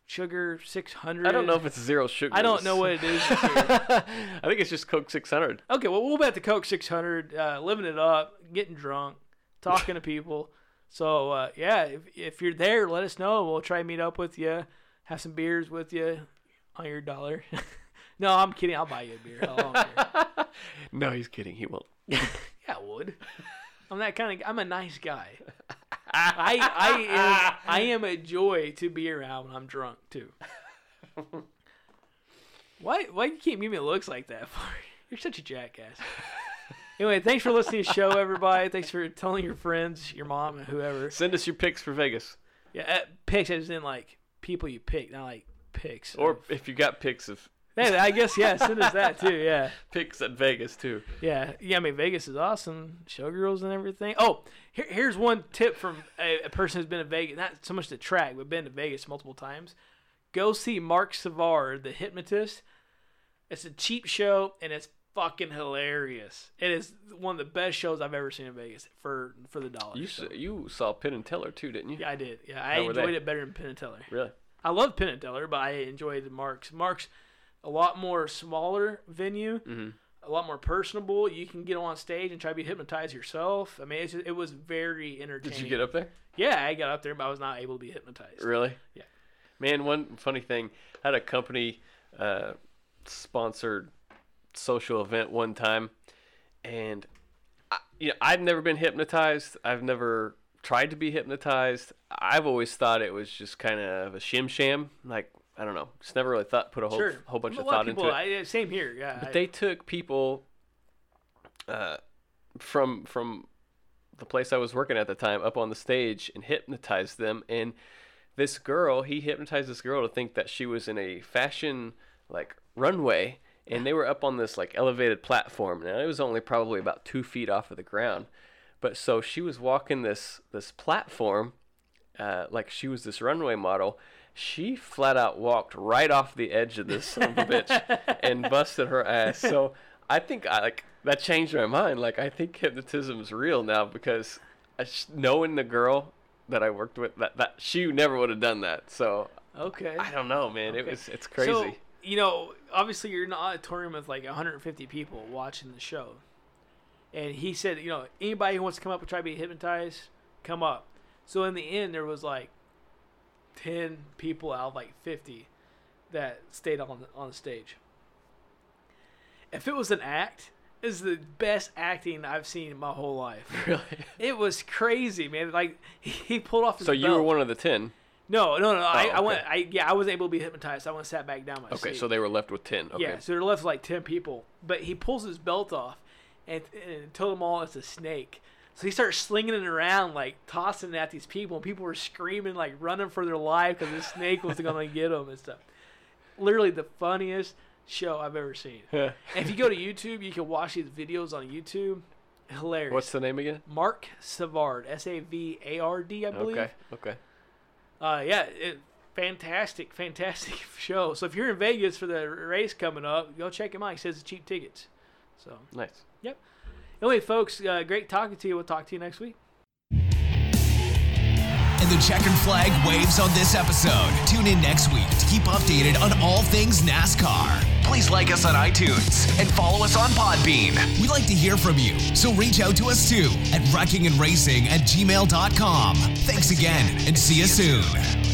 Speaker 2: Sugar 600.
Speaker 3: I don't know if it's zero sugar.
Speaker 2: I don't know what it is. this year.
Speaker 3: I think it's just Coke six hundred.
Speaker 2: okay, well, we'll be at the Coke 600, uh, living it up, getting drunk, talking to people. So, uh, yeah, if, if you're there, let us know. We'll try to meet up with you, have some beers with you on your dollar. no, I'm kidding. I'll buy you a beer. I don't care.
Speaker 3: No, he's kidding. He won't.
Speaker 2: Yeah, I would. I'm that kind of. I'm a nice guy. I I am, I am a joy to be around when I'm drunk too. Why why you keep giving me looks like that for? You're such a jackass. Anyway, thanks for listening to the show, everybody. Thanks for telling your friends, your mom, and whoever.
Speaker 3: Send us your picks for Vegas,
Speaker 2: Yeah, uh, picks as in like people you pick, not like picks.
Speaker 3: or if you got picks of
Speaker 2: hey, I guess yeah. Send us that too. Yeah.
Speaker 3: picks at Vegas too.
Speaker 2: Yeah, yeah. I mean, Vegas is awesome. Showgirls and everything. Oh, here, here's one tip from a, a person who's been to Vegas. Not so much the track, but been to Vegas multiple times. Go see Mark Savard, the hypnotist. It's a cheap show and it's fucking hilarious. It is one of the best shows I've ever seen in Vegas for for the dollar.
Speaker 3: You
Speaker 2: so.
Speaker 3: s- you saw Penn and Teller too, didn't you?
Speaker 2: Yeah, I did. Yeah, I
Speaker 3: How were they?
Speaker 2: enjoyed it better than Penn and Teller.
Speaker 3: Really?
Speaker 2: I love Penn and Teller, but I enjoyed Mark's. Mark's a lot more smaller venue,
Speaker 3: Mm-hmm.
Speaker 2: a lot more personable. You can get on stage and try to be hypnotized yourself. I mean, it's just, it was very entertaining.
Speaker 3: Did you get up there?
Speaker 2: Yeah, I got up there, but I was not able to be hypnotized.
Speaker 3: Really?
Speaker 2: Yeah.
Speaker 3: Man, one funny thing, I had a company uh, sponsored social event one time, and I, you know, I've never been hypnotized. I've never tried to be hypnotized. I've always thought it was just kind of a shim sham. Like I don't know, just never really thought put a whole
Speaker 2: Sure,
Speaker 3: whole bunch
Speaker 2: a
Speaker 3: of
Speaker 2: lot
Speaker 3: thought
Speaker 2: people,
Speaker 3: into it.
Speaker 2: I, same here. Yeah,
Speaker 3: But
Speaker 2: I-
Speaker 3: they took people uh, from from the place I was working at the time up on the stage and hypnotized them. And this girl, he hypnotized this girl to think that she was in a fashion like runway, and they were up on this like elevated platform. Now it was only probably about two feet off of the ground, but so she was walking this this platform uh, like she was this runway model. She flat out walked right off the edge of this son of a bitch and busted her ass. So I think I like that changed my mind. Like I think hypnotism's real now because I sh- knowing the girl that I worked with, that, that she never would have done that. So
Speaker 2: okay.
Speaker 3: I don't know, man. It was it's crazy.
Speaker 2: So, you know, obviously you're in an auditorium with like 150 people watching the show. And he said, you know, anybody who wants to come up and try to be hypnotized, come up. So in the end, there was like 10 people out of like 50 that stayed on on stage. If it was an act, this is the best acting I've seen in my whole life.
Speaker 3: really.
Speaker 2: It was crazy, man. Like he pulled off his
Speaker 3: So you were
Speaker 2: belt.
Speaker 3: one of the ten.
Speaker 2: No, no, no. I, I
Speaker 3: Oh, okay.
Speaker 2: went. I yeah, I wasn't able to be hypnotized. I went and sat back down. My
Speaker 3: Okay,
Speaker 2: seat.
Speaker 3: so they were left with ten. Okay.
Speaker 2: yeah, so there left like ten people. But he pulls his belt off, and, and told them all it's a snake. So he starts slinging it around, like tossing it at these people, and people were screaming, like running for their life because this snake was gonna get them and stuff. Literally the funniest show I've ever seen. and if you go to YouTube, you can watch these videos on YouTube. Hilarious.
Speaker 3: What's the name again?
Speaker 2: Mark Savard? S A V A R D, I believe.
Speaker 3: Okay. Okay.
Speaker 2: Uh, yeah, it, fantastic, fantastic show. So if you're in Vegas for the race coming up, go check him out. He says it's cheap tickets. So,
Speaker 3: Nice.
Speaker 2: yep. Anyway, folks, uh, great talking to you. We'll talk to you next week.
Speaker 1: And the checkered flag waves on this episode. Tune in next week to keep updated on all things NASCAR. Please like us on iTunes and follow us on Podbean. We like to hear from you, so reach out to us too at wreckingandracing at gmail.com. Thanks again and see you soon.